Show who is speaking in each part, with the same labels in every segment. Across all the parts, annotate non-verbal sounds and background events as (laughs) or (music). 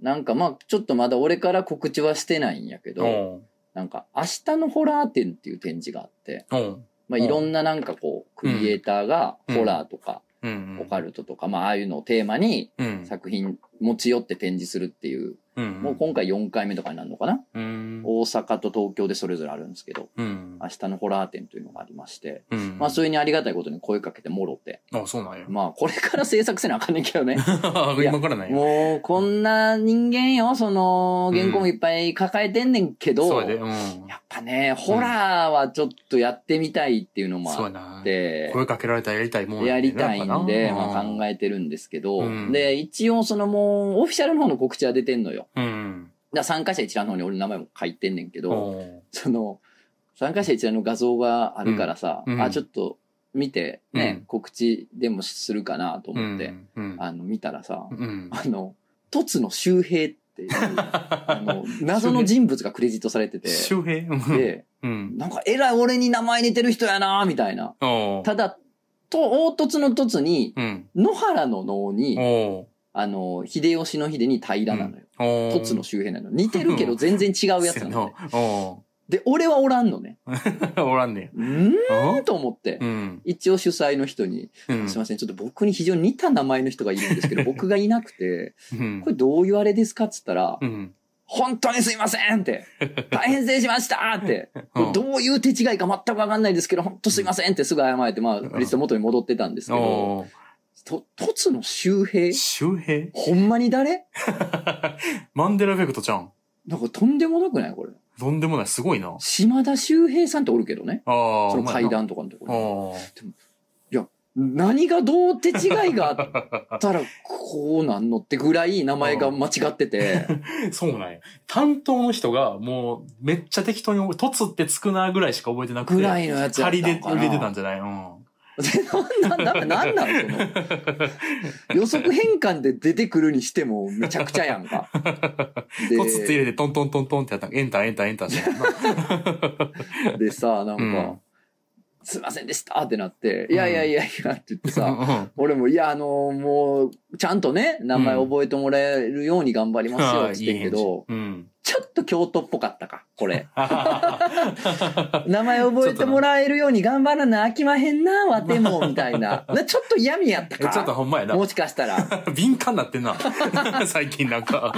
Speaker 1: なんかまあ、ちょっとまだ俺から告知はしてないんやけど、
Speaker 2: ん。
Speaker 1: なんか、明日のホラー展っていう展示があって、
Speaker 2: うん。
Speaker 1: まあ、
Speaker 2: うん
Speaker 1: いろんななんかこう、クリエイターが
Speaker 2: うん
Speaker 1: ホラーとか、
Speaker 2: うん。
Speaker 1: オカルトとか、まあ、ああいうのをテーマに
Speaker 2: うん。
Speaker 1: 作品持ち寄って展示するっていう、
Speaker 2: うん。
Speaker 1: もう今回4回目とかになるのかな、
Speaker 2: うん。
Speaker 1: 大阪と東京でそれぞれあるんですけど、
Speaker 2: うん。
Speaker 1: 明日のホラー展というのがありまして、
Speaker 2: うん。
Speaker 1: まあ、それにありがたいことに声かけてもろて、
Speaker 2: あ、そうなんや。 (laughs)
Speaker 1: まあ、これから制作せなあかんねんけどね。
Speaker 2: 今からなんや。
Speaker 1: もう、こんな人間よ、その、原稿もいっぱい抱えてんねんけど、
Speaker 2: そうやで。うん。
Speaker 1: やっぱね、ホラーはちょっとやってみたいっていうのも
Speaker 2: そう
Speaker 1: あ
Speaker 2: や
Speaker 1: っ
Speaker 2: な。
Speaker 1: て、
Speaker 2: 声かけられたらやりたいもん
Speaker 1: やりたいんで、まあ、考
Speaker 2: え。
Speaker 1: えてるんですけど、
Speaker 2: うん
Speaker 1: で、一応そのもう、オフィシャルの方の告知は出てんのよ。
Speaker 2: うん。
Speaker 1: だから参加者一覧の方に俺の名前も書いてんねんけど、
Speaker 2: うん
Speaker 1: その、参加者一覧の画像があるからさ、
Speaker 2: うんうん
Speaker 1: あ、ちょっと見て、ね、
Speaker 2: うん
Speaker 1: 告知でもするかなと思って、。
Speaker 2: うん。
Speaker 1: あの、見たらさ、
Speaker 2: うん。
Speaker 1: あの、トツの周平って
Speaker 2: (laughs)
Speaker 1: いう、あの、謎の人物がクレジットされてて、
Speaker 2: 周平
Speaker 1: で、
Speaker 2: うん。
Speaker 1: なんかえらい俺に名前似てる人やなみたいな。
Speaker 2: お
Speaker 1: ただ、と、凹凸の凸に、
Speaker 2: うん。
Speaker 1: 野原の脳に、
Speaker 2: お
Speaker 1: あの、秀吉の秀に平らなのよ。
Speaker 2: お
Speaker 1: 凸の周辺なの。似てるけど全然違うやつなの、ね。
Speaker 2: お
Speaker 1: で、俺はおらんのね。
Speaker 2: (laughs) おらんね
Speaker 1: んー
Speaker 2: や。
Speaker 1: と思って
Speaker 2: う。ん。
Speaker 1: 一応主催の人に、
Speaker 2: うん
Speaker 1: すいません、ちょっと僕に非常に似た名前の人がいるん (laughs) ですけど、僕がいなくて、
Speaker 2: うん
Speaker 1: これどういうあれですかっつったら、
Speaker 2: うん。
Speaker 1: 本当にすいませんって、大変失礼しましたって、これどういう手違いか全くわかんないですけど、本当すいませんってすぐ謝れて、まあ、リスト元に戻ってたんですけど、
Speaker 2: お
Speaker 1: と、凸の周平
Speaker 2: 周平
Speaker 1: ほんまに誰
Speaker 2: マンデラエフェクトちゃん。
Speaker 1: なんかとんでもなくないこれ。
Speaker 2: とんでもない。すごいな。あ
Speaker 1: 島田周平さんっておるけどね。
Speaker 2: あ。
Speaker 1: その階段とかのとこ
Speaker 2: あ
Speaker 1: ろに。
Speaker 2: あ。
Speaker 1: 何がどう手違いがあったら、こうなんのってぐらい名前が間違ってて。
Speaker 2: (laughs) そうなんや。担当の人がもうめっちゃ適当に、とつってつくなぐらいしか覚えてなくて。
Speaker 1: ぐらいのやつやった
Speaker 2: 仮
Speaker 1: ん
Speaker 2: で
Speaker 1: か
Speaker 2: 入れてたん
Speaker 1: な。
Speaker 2: じゃないうん。
Speaker 1: でなんなん、なんなん、なんその。予測変換で出てくるにしてもめちゃくちゃやん
Speaker 2: (laughs)
Speaker 1: か。で
Speaker 2: とつって入れてトントントントンってやったらエンターエンターエンターして
Speaker 1: でさ、なんか、
Speaker 2: うん
Speaker 1: すいませんでしたってなって、いやいやいやいやって言ってさ、
Speaker 2: さ。
Speaker 1: 俺も、いや、あのもう、ちゃんとね、名前覚えてもらえるように頑張りますよって言ってんけど、 (laughs)
Speaker 2: うん。
Speaker 1: ちょっと京都っぽかったか、これ。
Speaker 2: あ
Speaker 1: 名前覚えてもらえるように頑張らなあきまへんな、わても、みたいな。なちょっと闇やった
Speaker 2: ちょ
Speaker 1: か。
Speaker 2: っとほんまやな。
Speaker 1: もしかしたら。
Speaker 2: 敏感なってんな。 (laughs) 最近なんか。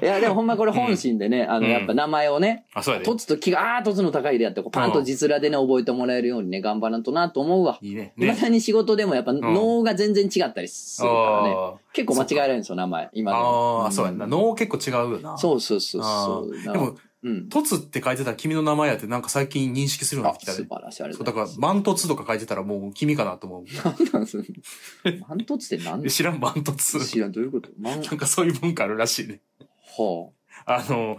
Speaker 1: いや、でもほんまこれ本心でね、あの、
Speaker 2: うん
Speaker 1: やっぱ名前をね、
Speaker 2: あ、そうやで
Speaker 1: と。つと気が、あーとつの高いでやって、こうパンと字面でね、覚えてもらえるようにね、頑張らんとなと思うわ。
Speaker 2: いいね。
Speaker 1: いま
Speaker 2: ね。
Speaker 1: だに仕事でもやっぱ脳が全然違ったりするからね。
Speaker 2: あ
Speaker 1: 結構間違えられるんですよ、名前。
Speaker 2: あ
Speaker 1: 今でも。
Speaker 2: ああ、そうやんな。脳結構違うよな。う。
Speaker 1: そうそうそう
Speaker 2: あ
Speaker 1: そう。
Speaker 2: でも、
Speaker 1: うん。
Speaker 2: トツって書いてたら君の名前やってなんか最近認識するように
Speaker 1: あ
Speaker 2: なってきた
Speaker 1: 素
Speaker 2: で。
Speaker 1: 晴らしい。あれ
Speaker 2: そう、だから、マントツとか書いてた
Speaker 1: (laughs)
Speaker 2: らもう君かなと思
Speaker 1: 何なんすか (laughs) マントツって何
Speaker 2: う。知らん、マントツ。
Speaker 1: 知らん、どういうことマ
Speaker 2: (laughs)
Speaker 1: ン、
Speaker 2: なんかそういう文化あるらしいね。
Speaker 1: は
Speaker 2: あの、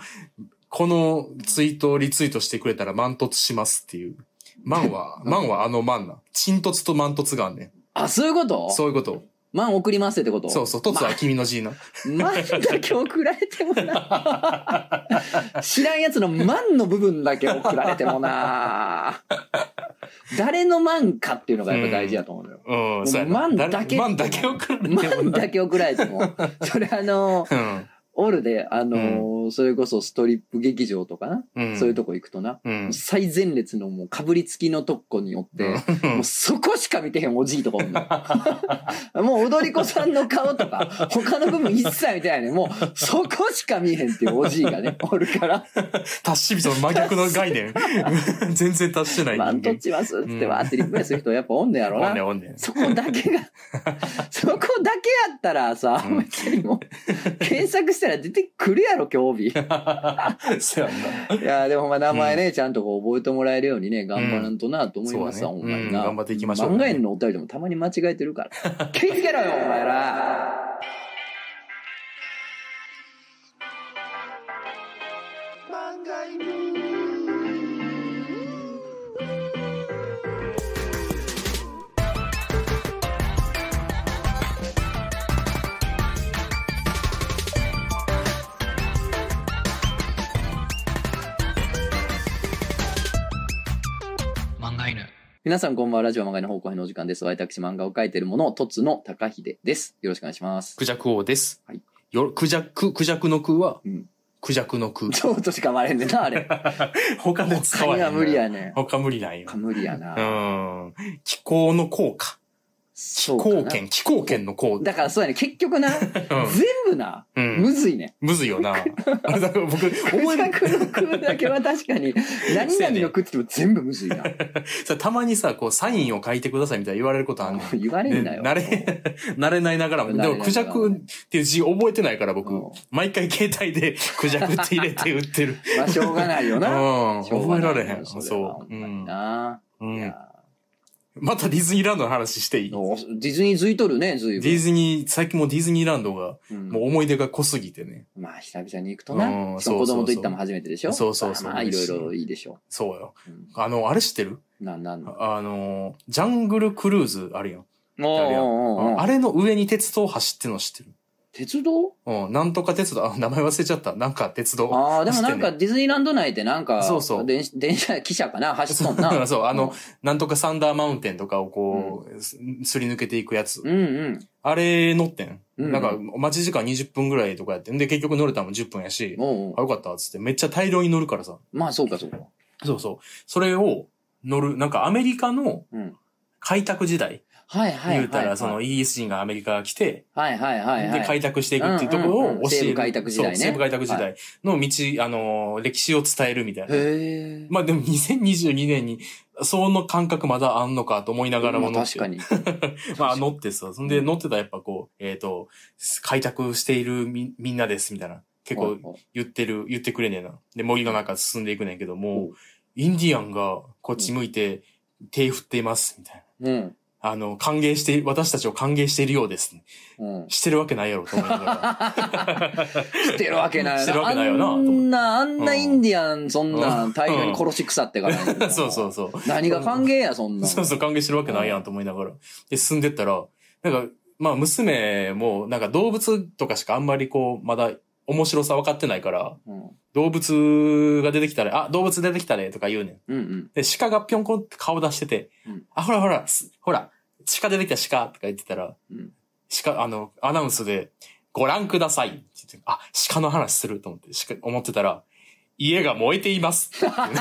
Speaker 2: このツイートをリツイートしてくれたら満突しますっていう。マン
Speaker 1: (laughs)
Speaker 2: は、マンはあのマンな。チントツと満突があんね
Speaker 1: あ。あ、そういうこと
Speaker 2: ん。そういうこと。
Speaker 1: マン送りますってこと
Speaker 2: そうそう。トツは君の字な。
Speaker 1: マンだけ送られてもな。 (laughs) 知らんやつのマンの部分だけ送られても
Speaker 2: (laughs)
Speaker 1: な。誰のマンかっていうのがやっぱ大事だと思うのよ。
Speaker 2: うん、そうやな。
Speaker 1: マンだけ
Speaker 2: マンだけ送られても
Speaker 1: マ
Speaker 2: な
Speaker 1: ンだけ送られて
Speaker 2: (laughs)
Speaker 1: も。それあの、オールで、あのーそれこそストリップ劇場とかな、
Speaker 2: うん。
Speaker 1: そういうとこ行くとな、
Speaker 2: うん。
Speaker 1: 最前列のもうかぶりつきのとこによって、もうそこしか見てへんおじいとかおん
Speaker 2: (laughs)
Speaker 1: のもう踊り子さんの顔とか、他の部分一切見てないね。もうそこしか見えへんっていうおじいがね、おるから、
Speaker 2: 達し日と真逆の
Speaker 1: (laughs)
Speaker 2: 概念。全然達してない
Speaker 1: マン
Speaker 2: 人
Speaker 1: ト
Speaker 2: 間
Speaker 1: ッ。チますっつっ
Speaker 2: う
Speaker 1: て
Speaker 2: ん
Speaker 1: わーってリプレイする人やっぱおんねやろ
Speaker 2: おん
Speaker 1: な
Speaker 2: ねん。おんねん。
Speaker 1: そこだけ
Speaker 2: (laughs)
Speaker 1: が、そこだけやったらさ、
Speaker 2: うん
Speaker 1: 別にもう、検索したら出てくるやろ、興
Speaker 2: (laughs)
Speaker 1: 味。
Speaker 2: そうやんな。
Speaker 1: いやーでもまあ名前ね、ちゃんとこう覚えてもらえるようにね、頑張らんとなと思いますわ、
Speaker 2: うん
Speaker 1: ほ
Speaker 2: そうんだ
Speaker 1: ま
Speaker 2: ね
Speaker 1: にな。
Speaker 2: うん頑張っていきましょうね
Speaker 1: 漫画園のお便りでもたまに間違えてるから。気ぃつけろよ、お前ら。皆さんこんばんは、ラジオ漫画園の方向編のお時間です。私、漫画を描いているもの、とつの高秀です。よろしくお願いします。
Speaker 2: クジャク王です。
Speaker 1: はい
Speaker 2: よ、クジャク、クジャクの空は
Speaker 1: うん、
Speaker 2: クジャクの空。
Speaker 1: ちょっとしか割れんねんな、あ
Speaker 2: (laughs)
Speaker 1: れ。
Speaker 2: 他で使わ
Speaker 1: (laughs) 他
Speaker 2: へ
Speaker 1: には
Speaker 2: んな
Speaker 1: 無理やね
Speaker 2: 他無理なん
Speaker 1: ん。
Speaker 2: よ
Speaker 1: 他。無理や
Speaker 2: う
Speaker 1: な。
Speaker 2: ん。気候の効果。
Speaker 1: そ
Speaker 2: 気
Speaker 1: うかな
Speaker 2: 候圏、気候圏の効
Speaker 1: だからそうやね、結局な、全部な、
Speaker 2: うん
Speaker 1: むずい
Speaker 2: (laughs)
Speaker 1: ね。
Speaker 2: むずいよな。あれ
Speaker 1: (laughs)
Speaker 2: だから僕、思
Speaker 1: 思
Speaker 2: い
Speaker 1: い
Speaker 2: 出
Speaker 1: まくの空だけは確かに、何々の空って言っても全部む
Speaker 2: (laughs)
Speaker 1: ずいな。
Speaker 2: さ、たまにさ、こう、サインを書いてくださいみたいな言われることあんねん。
Speaker 1: 言われんなよ。
Speaker 2: ね慣れ、 (laughs) 慣れないながらも。でも、クジャクっていう字覚えてないから僕
Speaker 1: うん、
Speaker 2: 毎回携帯でクジャクって入れて売ってる。
Speaker 1: まあ、しょうがないよ
Speaker 2: うん。
Speaker 1: な。しょう
Speaker 2: 覚
Speaker 1: が
Speaker 2: え
Speaker 1: な
Speaker 2: ら
Speaker 1: い
Speaker 2: れへん。
Speaker 1: それは
Speaker 2: そ
Speaker 1: ほ
Speaker 2: う。うん
Speaker 1: まに
Speaker 2: ん。
Speaker 1: な。
Speaker 2: う
Speaker 1: い
Speaker 2: ん
Speaker 1: や
Speaker 2: またディズニーランドの話していい
Speaker 1: おディズニーずいとるね、ずい
Speaker 2: デ
Speaker 1: ぶ
Speaker 2: ィズニー、最近もうディズニーランドが、
Speaker 1: ん。
Speaker 2: もう思い出が濃すぎてね。
Speaker 1: うんまあ、久々に行くと
Speaker 2: う
Speaker 1: な。
Speaker 2: ん
Speaker 1: その子供と行ったも初めてでしょ
Speaker 2: そうそうそう
Speaker 1: まあまあ、いろいろいいでしょ
Speaker 2: そうよ。
Speaker 1: う。うん
Speaker 2: あの、あれ知ってる
Speaker 1: なんなんの。
Speaker 2: あの、ジャングルクルーズあるやん。
Speaker 1: おーおーおーおー
Speaker 2: あれの上に鉄道走ってんの知ってる
Speaker 1: 鉄道
Speaker 2: うん、なんとか鉄道、あ、名前忘れちゃった。なんか鉄道。
Speaker 1: ああ、でもなん
Speaker 2: 走って
Speaker 1: かディズニーランド内でなんか、
Speaker 2: そうそう
Speaker 1: 電子電車、汽車かな走っとんな。
Speaker 2: (laughs) そう、あの、なんとかサンダーマウンテンとかをこう、すすり抜けていくやつ
Speaker 1: う。んうん。
Speaker 2: あれ乗ってん。
Speaker 1: うん
Speaker 2: なんか、待ち時間20分ぐらいとかやってんで、結局乗れたのも10分やし、
Speaker 1: おうお
Speaker 2: あ、よかった、つって。めっちゃ大量に乗るからさ。
Speaker 1: うまあ、そうかそうか。
Speaker 2: そうそう。それを乗る、なんかアメリカの
Speaker 1: うん。
Speaker 2: 開拓時代、
Speaker 1: はいはいはいはい。
Speaker 2: 言うたら、そのイギリス人がアメリカが来て、
Speaker 1: はいはいはいはい。
Speaker 2: で、開拓していくっていうところ
Speaker 1: うんうんう
Speaker 2: を
Speaker 1: ん
Speaker 2: 教える。
Speaker 1: 西部開拓時代ね
Speaker 2: そう西部開拓時代の道、あのー、歴史を伝えるみたいな。
Speaker 1: へえ。
Speaker 2: まあでも2022年に、その感覚まだあんのかと思いながらも
Speaker 1: ま
Speaker 2: 乗
Speaker 1: あ
Speaker 2: っ
Speaker 1: 確。
Speaker 2: て
Speaker 1: かに。
Speaker 2: (laughs) まあ
Speaker 1: (laughs)
Speaker 2: 乗ってさ、そんで乗ってたらやっぱこう、えっ、と、開拓しているみみんなですみたいな。結構
Speaker 1: 構。
Speaker 2: 言ってる、言ってくれねえな。で、森の中進んでいくねんけど
Speaker 1: お
Speaker 2: も
Speaker 1: う、
Speaker 2: インディアンがこっち向いて手振っていますみたいな。
Speaker 1: うん。
Speaker 2: あの、歓迎して、私たちを歓迎しているようです。
Speaker 1: うん。
Speaker 2: してるわけないやろと思いながら。
Speaker 1: してるわけないよな。
Speaker 2: してるわけないよな
Speaker 1: あんな、あん
Speaker 2: う
Speaker 1: なんインディアン、そん
Speaker 2: う
Speaker 1: なん大量に殺し腐ってから。
Speaker 2: (laughs) そうそうそう。
Speaker 1: 何が歓迎や、そんなん。
Speaker 2: (laughs) そうそう、歓迎してるわけないやんと思いながら。で、進んでったら、なんか、まあ、娘も、なんか動物とかしかあんまりこう、まだ面白さ分かってないから、
Speaker 1: うん。
Speaker 2: 動物が出てきたら、あ、動物出てきたね、とか言うねん。
Speaker 1: うんうん。
Speaker 2: で、鹿がぴょんこんって顔出してて、
Speaker 1: うん
Speaker 2: あ、ほらほら、すほら、鹿出てきた鹿、とか言ってたら、
Speaker 1: うん
Speaker 2: 鹿、あの、アナウンスで、ご覧くださいって言って、あ、鹿の話すると思って、鹿思ってたら、家が燃えていますって言ってね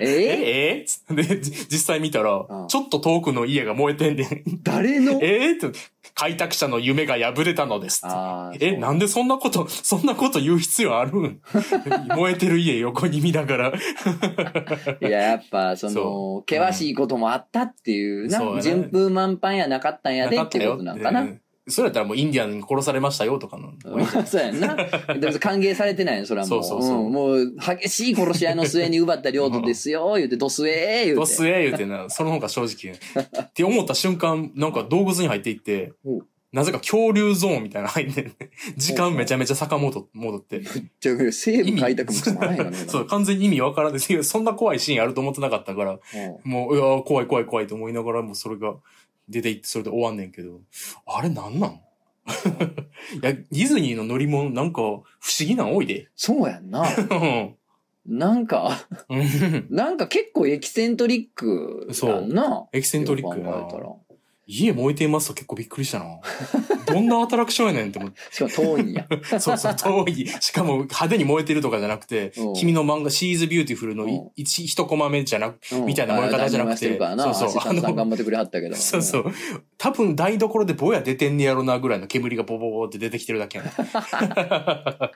Speaker 1: え
Speaker 2: ええーで、じ実際見たら
Speaker 1: う、ん
Speaker 2: ちょっと遠くの家が燃えてんねん。
Speaker 1: 誰の
Speaker 2: (laughs) ええーって、開拓者の夢が破れたのですって。
Speaker 1: あー
Speaker 2: え、
Speaker 1: そう
Speaker 2: なんでそんなこと、そんなこと言う必要あるん (laughs) 燃えてる家横に見ながら。
Speaker 1: いや、やっぱ、その
Speaker 2: そ、
Speaker 1: 険しいこともあったっていうな
Speaker 2: そうや、ね
Speaker 1: 順風満帆やなかったんやで
Speaker 2: な
Speaker 1: っていうことなんか
Speaker 2: う
Speaker 1: な。
Speaker 2: んそれやったらもうインディアンに殺されましたよとかの。
Speaker 1: そうやんな。でも歓迎されてないの、それはもう。
Speaker 2: そうそうそう
Speaker 1: うんもう、激しい殺し合いの末に奪った領土ですよ、言うて、どすえー、言うて。
Speaker 2: どすえ言うてな、その方が正直。って思った瞬間、なんか洞窟に入っていって
Speaker 1: ほう、
Speaker 2: なぜか恐竜ゾーンみたいなの入ってん
Speaker 1: (laughs)
Speaker 2: ね時間めちゃめちゃ遡戻って。
Speaker 1: じゃあ西部開拓もつまらないよね。
Speaker 2: (laughs) そう、完全に意味わからないです。そんな怖いシーンあると思ってなかったから、もう、うわ怖い怖い怖いと思いながら、もうそれが出ていって、それで終わんねんけど、あれなん (laughs) なんいや、ディズニーの乗り物なんか不思議なん多いで。 (laughs)
Speaker 1: そうやんな。
Speaker 2: うん
Speaker 1: なんか、
Speaker 2: うん
Speaker 1: なんか結構エキセントリックやんな。
Speaker 2: エキセントリックや
Speaker 1: よく考えた
Speaker 2: な。
Speaker 1: ら。
Speaker 2: 家燃えていますと結構びっくりしたな。どんなアトラクションやねんっ
Speaker 1: (laughs)
Speaker 2: て思っ
Speaker 1: しかも遠いんや。
Speaker 2: て。そうそう、遠い。しかも派手に燃えてるとかじゃなくて
Speaker 1: うん、
Speaker 2: 君の漫画、シーズビューティフルの
Speaker 1: うん
Speaker 2: 一、一コマ目じゃなく、
Speaker 1: うん
Speaker 2: みたいな盛り方じゃなくて
Speaker 1: あー旦那がして
Speaker 2: そう
Speaker 1: る
Speaker 2: そう
Speaker 1: からな。アシスタントさん頑張ってくれはったけど。
Speaker 2: そうそう。多分台所でぼや出てんねやろなぐらいの煙がボボボって出てきてるだけやん。あ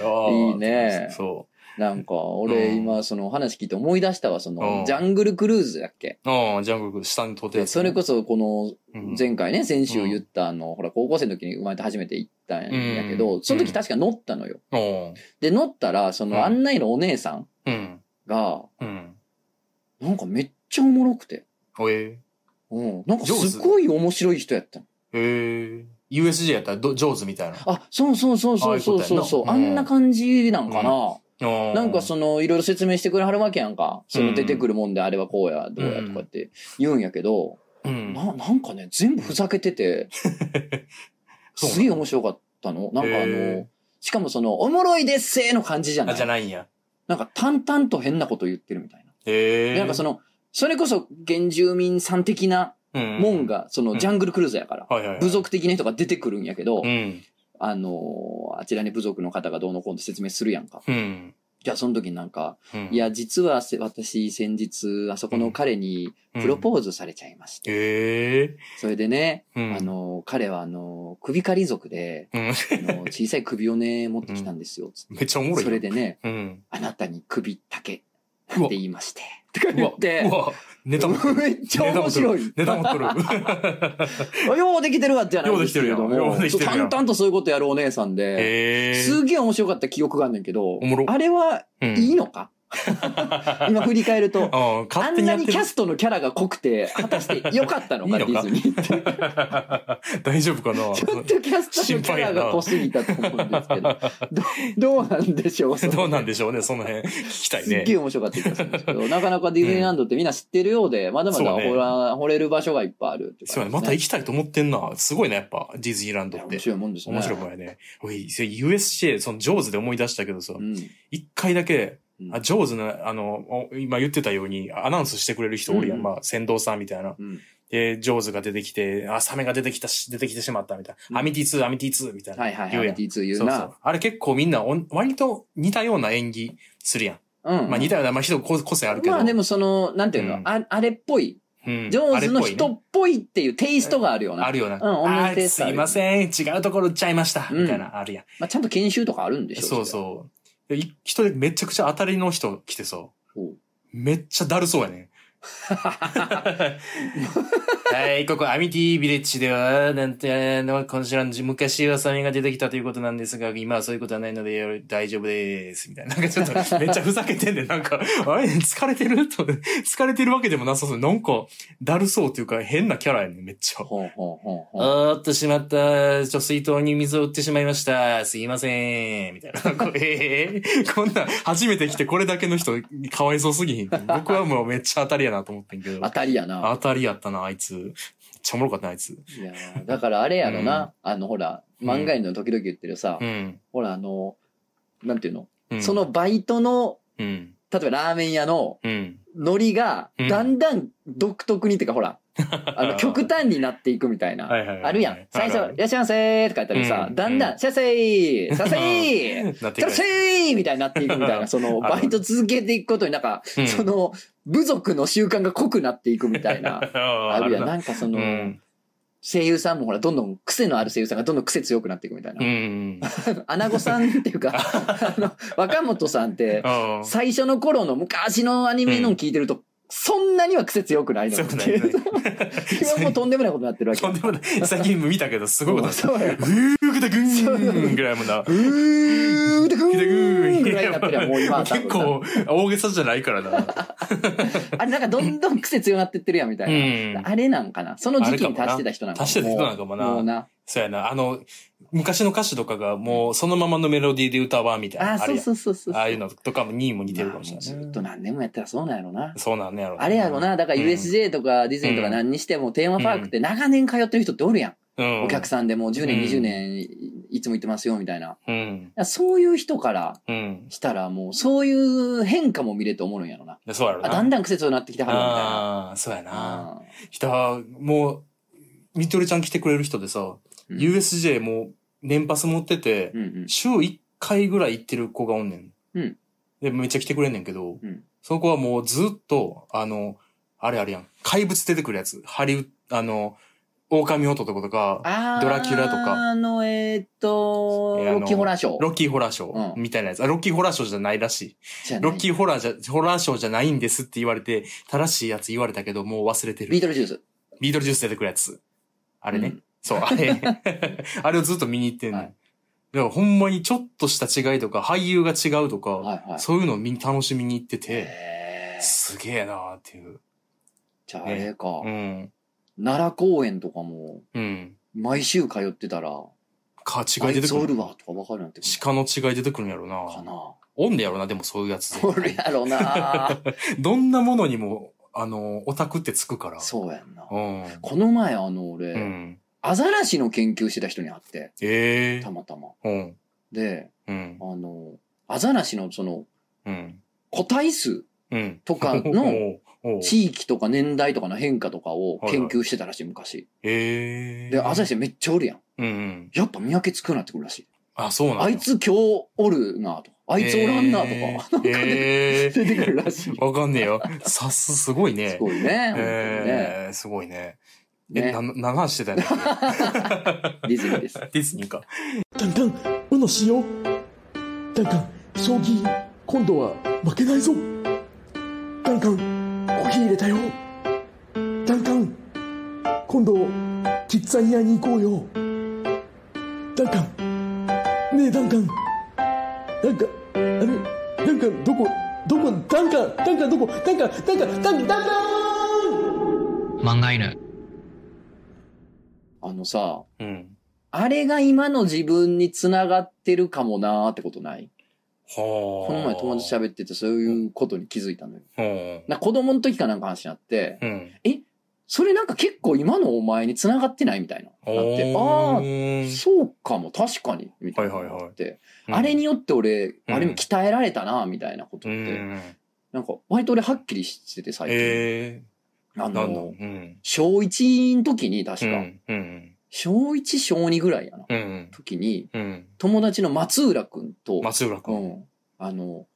Speaker 2: ー
Speaker 1: (laughs) いいね
Speaker 2: そ
Speaker 1: なんか、俺今、その話聞いて思い出したわ、そうの
Speaker 2: ん、
Speaker 1: ジャングルクルーズだっけ
Speaker 2: う。うん、ジャングル下に撮って
Speaker 1: でそれこそ、この、
Speaker 2: うん
Speaker 1: 前回ね、先週言った、あの、ほら、高校生の時に生まれて初めて行ったんやけど、
Speaker 2: うん
Speaker 1: その時確か乗ったのよ。
Speaker 2: うん
Speaker 1: で、乗ったら、そ
Speaker 2: うん
Speaker 1: の案内のお姉さん
Speaker 2: うん。
Speaker 1: が、
Speaker 2: うん。
Speaker 1: なんかめっちゃおもろくて。
Speaker 2: おえ
Speaker 1: うん。なんかすごい面白い人やったの。
Speaker 2: ーえー USJ やったらど上手みたいな。
Speaker 1: あ、そうそうそうそうそうそうそう。あ
Speaker 2: ああいうことや
Speaker 1: ん
Speaker 2: んな
Speaker 1: な感じなんかな。
Speaker 2: な
Speaker 1: なんかその、いろいろ説明してくれはるわけやんか。その出てくるもんであればこうや、どうやとかって言うんやけど、
Speaker 2: うん、
Speaker 1: な、なんかね、全部ふざけて
Speaker 2: (laughs)
Speaker 1: て、
Speaker 2: そうなの
Speaker 1: すげえ面白かったの。なんかあ
Speaker 2: へー
Speaker 1: の、しかもその、おもろいですせーの感じじゃな
Speaker 2: あ
Speaker 1: い
Speaker 2: じゃないんや。
Speaker 1: なんか淡々と変なこと言ってるみたいな。
Speaker 2: ええ
Speaker 1: でなんかその、それこそ原住民さん的な
Speaker 2: の
Speaker 1: もん、が、そのジャングルクルーズやから、
Speaker 2: はいはいはい
Speaker 1: 部族的な人が出てくるんやけど
Speaker 2: う、ん。
Speaker 1: あの、あちらに部族の方がどうのこうの説明するやんか。
Speaker 2: うん。
Speaker 1: じゃあその時になんか、
Speaker 2: うん
Speaker 1: い、や、実はせ私先日、あそこの彼にプロ
Speaker 2: ーズ。
Speaker 1: ポーズされちゃいまして。
Speaker 2: ええ
Speaker 1: それでね、
Speaker 2: うん
Speaker 1: あの、彼はあの、首狩り族で、
Speaker 2: うん
Speaker 1: あの小さい首をね、持ってきたんですよ。つって
Speaker 2: めっちゃおもろい。
Speaker 1: それ。でね、
Speaker 2: うん。
Speaker 1: あなたに首竹って
Speaker 2: うわ
Speaker 1: 言いまして。とか
Speaker 2: う
Speaker 1: 言
Speaker 2: わ
Speaker 1: っ、
Speaker 2: う
Speaker 1: て、
Speaker 2: わ、ネタ持ってる。
Speaker 1: (laughs) めっちゃ面白い。
Speaker 2: ネタ持っ
Speaker 1: (laughs)
Speaker 2: てる。
Speaker 1: あようできてるわってやないんですけれども、
Speaker 2: ようできてるやんようできてるやん
Speaker 1: 淡々とそういうことやるお姉さんで、
Speaker 2: ええ
Speaker 1: すげえ面白かった記憶があんねんけど
Speaker 2: おもろ、
Speaker 1: あれは
Speaker 2: うん
Speaker 1: いいの
Speaker 2: (laughs)
Speaker 1: か、今振り返ると、
Speaker 2: ああ、
Speaker 1: あ
Speaker 2: 勝手
Speaker 1: ん
Speaker 2: に
Speaker 1: な
Speaker 2: やっ
Speaker 1: に
Speaker 2: て
Speaker 1: キ
Speaker 2: る
Speaker 1: ャ。ストのキャラが濃くて、果たして良かったのか、
Speaker 2: いい
Speaker 1: デ
Speaker 2: の
Speaker 1: ィ
Speaker 2: か
Speaker 1: ズニー
Speaker 2: (laughs)
Speaker 1: って。
Speaker 2: 大丈夫かな
Speaker 1: ちょっとキャストのキャラが濃すぎたと思うんですけど、ど (laughs) どうなんでしょうそれ
Speaker 2: (laughs) どうなんでしょうね、その辺。聞きたい
Speaker 1: すっ
Speaker 2: ね
Speaker 1: げ。え面白かった気がするんですけ
Speaker 2: (laughs)
Speaker 1: ど、なかなかディズニーランドってみんな知ってるようで、まだまだ
Speaker 2: そうね
Speaker 1: ほら、惚れる場所がいっぱいあるって
Speaker 2: そ
Speaker 1: 感
Speaker 2: うや
Speaker 1: じです
Speaker 2: ね。
Speaker 1: ね
Speaker 2: また行きたいと思ってんな。すごいな、やっぱ、ディズニーランドって
Speaker 1: 面。白いもんですね。
Speaker 2: 面白いもんやね。おい、それ USJ、その、ジョーズで思い出したけどさ
Speaker 1: う、ん
Speaker 2: 一回だけ、
Speaker 1: うん
Speaker 2: あ、ジョーズの、あの、お今言ってたように、アナウンスしてくれる人おるや。
Speaker 1: うんん
Speaker 2: まあ、先導さんみたいな。
Speaker 1: うん
Speaker 2: で、ジョーズが出てきて、あ、サメが出てきたし、出てきてしまったみたい
Speaker 1: うん
Speaker 2: な。アミティ2、アミティ2みたいな。
Speaker 1: はいはい
Speaker 2: 言う
Speaker 1: は
Speaker 2: や
Speaker 1: い。
Speaker 2: ん
Speaker 1: D2 言
Speaker 2: そうう
Speaker 1: な。
Speaker 2: そう。あれ結構みんなおん、割と似たような演技するやん。
Speaker 1: うん。
Speaker 2: まあ似たような、まあ人個個性あるけど。
Speaker 1: まあでもその、なんていうの、
Speaker 2: うん
Speaker 1: ああれっぽい、
Speaker 2: うん、
Speaker 1: ジョーズの
Speaker 2: あれっぽいね
Speaker 1: 人っぽいっていうテイストがあるような。
Speaker 2: あるよな。
Speaker 1: うん同
Speaker 2: あ
Speaker 1: じテ
Speaker 2: ー
Speaker 1: イスト
Speaker 2: す
Speaker 1: ある
Speaker 2: いません。違うところ行っちゃいました。
Speaker 1: うん
Speaker 2: みたいな、あるやん。
Speaker 1: まあちゃんと研修とかあるんでしょ
Speaker 2: そうそう。い人でめちゃくちゃ当たりの人来てさ、
Speaker 1: おう。
Speaker 2: めっちゃだるそうや (laughs) ね。はい、ここ、アミティビレッジでは、なんて、の今週の昔はサメが出てきたということなんですが、今はそういうことはないのでよろ大丈夫です。みたいな。なんかちょっと、めっちゃふざけ (laughs) てんで、なんか、あれ、疲れてると、疲れてるわけでもなさそう。なんか、だるそうというか、変なキャラやね、めっちゃ。
Speaker 1: ほうほうほうほう。
Speaker 2: おーっとしまった。貯水塔に水を売ってしまいました。すいません。みたいな。 (laughs) こえー、こんな、初めて来てこれだけの人、かわいそうすぎひん。僕はもうめっちゃ当たりやなと思ってんけど。
Speaker 1: 当たりやな。
Speaker 2: 当たりやったな、あいつ。めっちゃおもろかったな、あいつ。
Speaker 1: いやーだからあれやろな。あの、ほら、漫画家の時々言ってるさ、
Speaker 2: うん。
Speaker 1: ほら、あの、なんていうの、
Speaker 2: うん、
Speaker 1: その、バイトの、
Speaker 2: うん。
Speaker 1: 例えばラーメン屋の、
Speaker 2: うん。
Speaker 1: ノリが、
Speaker 2: うん
Speaker 1: だんだん独特にっていうか、ほ
Speaker 2: (laughs)
Speaker 1: ら、あの、極端になっていくみたいな。
Speaker 2: はいはいはいはい
Speaker 1: あるやん。最
Speaker 2: あるあ
Speaker 1: 初
Speaker 2: る、
Speaker 1: いらっしゃいませーとか言ったらさ、
Speaker 2: うん
Speaker 1: だんだ、
Speaker 2: うん
Speaker 1: しゃせーさせー
Speaker 2: なって
Speaker 1: た
Speaker 2: く
Speaker 1: ら
Speaker 2: る
Speaker 1: せーみたいになっていくみたいな、その、
Speaker 2: あるあ
Speaker 1: バ
Speaker 2: る
Speaker 1: イト続けていくことになんか、
Speaker 2: うん
Speaker 1: その、部族の習慣が濃くなっていくみたいな。
Speaker 2: (laughs) あ
Speaker 1: あるやん。
Speaker 2: な。
Speaker 1: なんかそうの、
Speaker 2: ん。
Speaker 1: 声優さんもほら、どんどん癖のある声優さんがどんどん癖強くなっていくみたいな
Speaker 2: う。ん。
Speaker 1: 穴子さんっていうか、あの、若本さんって、
Speaker 2: あ
Speaker 1: 最初の頃の昔のアニメの聞いてると、そんなには癖強くないの
Speaker 2: 強
Speaker 1: よ
Speaker 2: くない
Speaker 1: (laughs)
Speaker 2: ね
Speaker 1: 今もうとんでもないことになってるわ
Speaker 2: あ。
Speaker 1: け
Speaker 2: とんでもない。最近見たけど、すごいことだった。
Speaker 1: (laughs) そうよ
Speaker 2: うーぐたぐーんぐらいもんな。
Speaker 1: うーでぐーぐらいになってるやんもう今は多分
Speaker 2: 結構大げさじゃないからな。
Speaker 1: あれなんかどんどん癖強なってってるやんみたいな、
Speaker 2: ん。
Speaker 1: あれなんかなその時期に達してた人なんかな
Speaker 2: 足してた人なんかもな。
Speaker 1: もうな
Speaker 2: そうやな。あの、昔の歌手とかがもうそのままのメロディーで歌わみたいな。
Speaker 1: あそう
Speaker 2: れや
Speaker 1: そうそうそう
Speaker 2: ああいうのとかもにも似てるかもしれ
Speaker 1: まあ
Speaker 2: な
Speaker 1: もうず
Speaker 2: い
Speaker 1: っと
Speaker 2: ね。
Speaker 1: 何年もやったらそうなんやろな
Speaker 2: そうなんねやろ。
Speaker 1: あれやろなだから
Speaker 2: うん
Speaker 1: USJ とかディズニーとか何にしてもテーマパークって長年通ってる人っておるやん、
Speaker 2: うん。
Speaker 1: お客さんでもう10年
Speaker 2: うん
Speaker 1: 20年いつも行ってますよみたいなだか
Speaker 2: うん。
Speaker 1: らそういう人から
Speaker 2: うん。
Speaker 1: したらもうそういう変化も見れて思うんやろな。
Speaker 2: でそうやろ
Speaker 1: あ
Speaker 2: な。
Speaker 1: だんだん癖強くなってきたは
Speaker 2: ああ、そうや
Speaker 1: るみたい
Speaker 2: な。
Speaker 1: な。
Speaker 2: 人は、もう、みとりちゃん来てくれる人でさ、
Speaker 1: うん
Speaker 2: USJ もう年パス持ってて、
Speaker 1: うんうん
Speaker 2: 週1回ぐらい行ってる子がおんねん。
Speaker 1: うん
Speaker 2: で、めっちゃ来てくれんねんけど、
Speaker 1: うん
Speaker 2: その子はもうずっと、あの、あれあれやん、怪物出てくるやつ、ハリウッド、あの、狼男とか、
Speaker 1: あー
Speaker 2: ドラキュラとか
Speaker 1: あの、えーっと、
Speaker 2: えーあ
Speaker 1: ロ
Speaker 2: の
Speaker 1: ッキーホラーショー。
Speaker 2: ロッキーホラーショー
Speaker 1: うん
Speaker 2: みたいなやつ。あ、ロッキーホラーショーじゃないらしい。
Speaker 1: じゃない
Speaker 2: ロッキーホラーじゃ、ホラーショーじゃないんですって言われて、正しいやつ言われたけど、もう忘れて
Speaker 1: ビー
Speaker 2: る。
Speaker 1: トルジュース。
Speaker 2: ビートルジュース出てくるやつ。あ
Speaker 1: あ
Speaker 2: れね。そう、あれ。
Speaker 1: (laughs)
Speaker 2: あれをずっと見に行ってんの。
Speaker 1: はい
Speaker 2: だからほんまにちょっとした違いとか、俳優が違うとか、
Speaker 1: はいはい。
Speaker 2: そういうのを見楽しみに行ってて、
Speaker 1: へー
Speaker 2: すげえなーっていう。
Speaker 1: じゃああれか、
Speaker 2: うん。
Speaker 1: 奈良公園とかも、
Speaker 2: うん。
Speaker 1: 毎週通ってたら、あ
Speaker 2: か、違い
Speaker 1: い
Speaker 2: 出て
Speaker 1: つ
Speaker 2: く
Speaker 1: おる
Speaker 2: る。
Speaker 1: わとかわかるようになってくる
Speaker 2: 鹿の違い出てくるんやろ
Speaker 1: か
Speaker 2: な。
Speaker 1: な。
Speaker 2: おんねやろな、でもそういうやつ。
Speaker 1: それやろ
Speaker 2: (laughs)
Speaker 1: な。
Speaker 2: どんなものにも、あの、オタクってつくから。
Speaker 1: そうやんな。
Speaker 2: うん。
Speaker 1: この前、あの、俺、
Speaker 2: うん。
Speaker 1: アザラシの研究してた人に会って、
Speaker 2: ええ
Speaker 1: たまたま。
Speaker 2: うん。
Speaker 1: で、
Speaker 2: うん
Speaker 1: あ。の、アザラシのその、
Speaker 2: うん。
Speaker 1: 個体数、
Speaker 2: うん。
Speaker 1: とかの (laughs)
Speaker 2: (laughs) おうおう
Speaker 1: 地域とか年代とかの変化とかを
Speaker 2: はいは
Speaker 1: 研
Speaker 2: い
Speaker 1: 究してたらしい、昔。
Speaker 2: へえ。
Speaker 1: で、朝日新めっちゃおるやん。
Speaker 2: うんうん。
Speaker 1: やっぱ見分けつくなってくるらしい。
Speaker 2: あ、そうなんだ
Speaker 1: あい、つ今日おるなとか、あいつおらんなとか、
Speaker 2: へえ。へ
Speaker 1: 出てくるらし
Speaker 2: (laughs)
Speaker 1: い
Speaker 2: え。。わかんねえよ。さす、すごいね。
Speaker 1: すごいね。本
Speaker 2: えー、すごいね。
Speaker 1: 当に
Speaker 2: え、
Speaker 1: ね。
Speaker 2: な、
Speaker 1: ね。
Speaker 2: 何話してたんだっ
Speaker 1: ディズニーです。
Speaker 2: け (laughs) ディズニーか。
Speaker 3: カンカン、うのしよう。カンカン、将棋、今度は負けないぞ。カンカン、コーヒー入れたよ。カンカン、今度、キッザニアに行こうよ。ダンカン、ねえダンカン。ダンカン、あれ、ダンカン、どこ、どこ、ダンカン、ダンカンどこ、ダンカン、ダンカン、ダンカン、ダンカン
Speaker 4: 漫画犬。
Speaker 1: あのさ、
Speaker 2: うん。
Speaker 1: あれが今の自分に繋がってるかもなーってことない
Speaker 2: はあ。こ
Speaker 1: この前友達
Speaker 2: べ
Speaker 1: 喋っててそういうことに気づいたのよ。
Speaker 2: うん。
Speaker 1: なんか子供の時かなんか話になって、
Speaker 2: うん。
Speaker 1: それなんか結構今のお前に繋がってないみたいな。なって、ああ、
Speaker 2: ー
Speaker 1: そうかも、確かに、みたいな。
Speaker 2: はいはいはい
Speaker 1: って、あれ、によって俺、
Speaker 2: うん
Speaker 1: あれに鍛えられたな、みたいなこと
Speaker 2: う
Speaker 1: っ
Speaker 2: ん。う
Speaker 1: て、
Speaker 2: ん
Speaker 1: なんか割と俺はっきりしてて最近。
Speaker 2: え
Speaker 1: あ
Speaker 2: ー、なんだ
Speaker 1: の
Speaker 2: う、ん。
Speaker 1: 小1の時に
Speaker 2: う
Speaker 1: 確か、
Speaker 2: ん。うん。
Speaker 1: 小1、小2ぐらいやな。
Speaker 2: うん。
Speaker 1: 時に、
Speaker 2: うん。
Speaker 1: 友達の松浦くんと、
Speaker 2: 松浦
Speaker 1: う
Speaker 2: 君。
Speaker 1: ん、あの、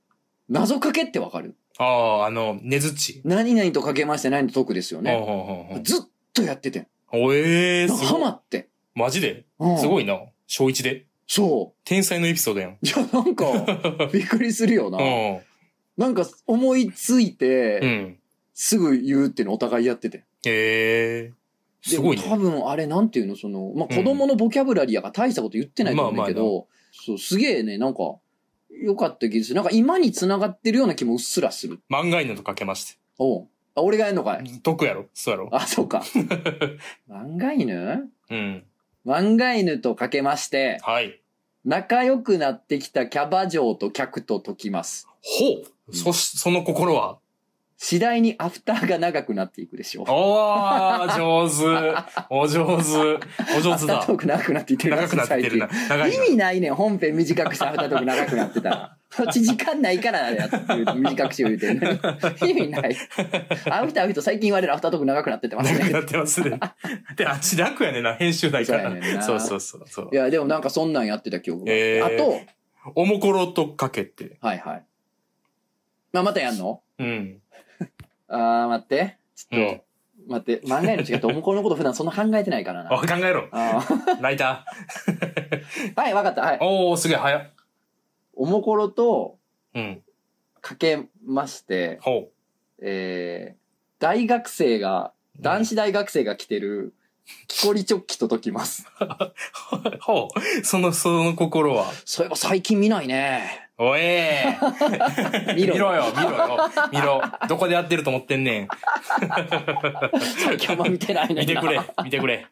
Speaker 1: 謎かけってわかる
Speaker 2: ああ、あの、根づち。
Speaker 1: 何々とかけまして何々と解くですよ
Speaker 2: はあ
Speaker 1: ね。
Speaker 2: はあはあはあ
Speaker 1: ずっとやっててん。
Speaker 2: おえー、
Speaker 1: なん
Speaker 2: す
Speaker 1: かハ
Speaker 2: ごい
Speaker 1: マ。って。
Speaker 2: マジで
Speaker 1: うん
Speaker 2: すごいな。小一で。
Speaker 1: そ
Speaker 2: 天才のエピソードやん。
Speaker 1: う。いや、なんか、
Speaker 2: (laughs)
Speaker 1: びっくりするよな。
Speaker 2: う
Speaker 1: なんか、思いついて、
Speaker 2: ん。うん。
Speaker 1: すぐ言うっていうのお互いやってて。
Speaker 2: えー、
Speaker 1: です
Speaker 2: ごい
Speaker 1: 多
Speaker 2: ね。
Speaker 1: 分、あれ、なんていうの、その、まあ、
Speaker 2: うん
Speaker 1: 子供のボキャブラリーやから大したこと言ってないと思うんだけど、
Speaker 2: まあ
Speaker 1: そう、すげえね、なんか、よかった気がする。なんか、今に繋がってるような気もうっすらする。
Speaker 2: 漫画犬とかけまして。
Speaker 1: おうあ、俺がやんのかい
Speaker 2: 得やろそうやろ
Speaker 1: あ、そうか。漫画犬
Speaker 2: (laughs) うん。
Speaker 1: 漫画犬とかけまして、
Speaker 2: はい。
Speaker 1: 仲良くなってきたキャバ嬢と客と解きます。
Speaker 2: ほ
Speaker 1: ん
Speaker 2: うそし、その心は
Speaker 1: 次第にアフターが長くなっていくでしょう。
Speaker 2: おー、上
Speaker 1: (laughs)
Speaker 2: 手。お上手。お上手
Speaker 1: アフタ
Speaker 2: だ
Speaker 1: ート。ーク長くなっていってる
Speaker 2: 長くなってるな。長い
Speaker 1: 意味ないねん本編短くしてアフタートーク長くなってた
Speaker 2: (laughs)
Speaker 1: ら。こっち時間ないからやってる短くしよう言うてる
Speaker 2: (laughs)
Speaker 1: のに。意味ない。アフタートーク最近言われるアフタートーク長くなってってます
Speaker 2: 長く
Speaker 1: ね。
Speaker 2: (laughs) なってま
Speaker 1: (laughs)
Speaker 2: すね。で、あっち楽やねんな、編集ないか
Speaker 1: そうやねんな
Speaker 2: ら。そうそうそうそう
Speaker 1: い。や、でもなんかそんなんやってた記憶が。
Speaker 2: えー
Speaker 1: あと、
Speaker 2: おもころとかけて。
Speaker 1: はいはい。まあ、またやんの
Speaker 2: うん。
Speaker 1: あー、待って。ちょっと、
Speaker 2: うん
Speaker 1: 待って。漫画への違って、おもころのこと普段そんな考えてないから
Speaker 2: あ、
Speaker 1: な。
Speaker 2: 考えろ。
Speaker 1: あー (laughs)
Speaker 2: ライタ
Speaker 1: はい、わかった。はい
Speaker 2: ー。。おー、すげえ、早っ。
Speaker 1: おもころと
Speaker 2: うん。
Speaker 1: かけまして、
Speaker 2: ほ
Speaker 1: えー、大学生が、
Speaker 2: う。
Speaker 1: 男子大学生が着てる、木こりチョッキと解きます。
Speaker 2: うん。ほう。その、 (laughs) その心は。
Speaker 1: そういえば最近見ないね。
Speaker 2: おえ
Speaker 1: (laughs)
Speaker 2: ー
Speaker 1: 見ろ
Speaker 2: 見ろよ、見ろよ。見ろ。どこでやってると思ってんね
Speaker 1: (laughs)
Speaker 2: ん。
Speaker 1: 最近あんま見てないねんな。
Speaker 2: 見てくれ、見てくれ。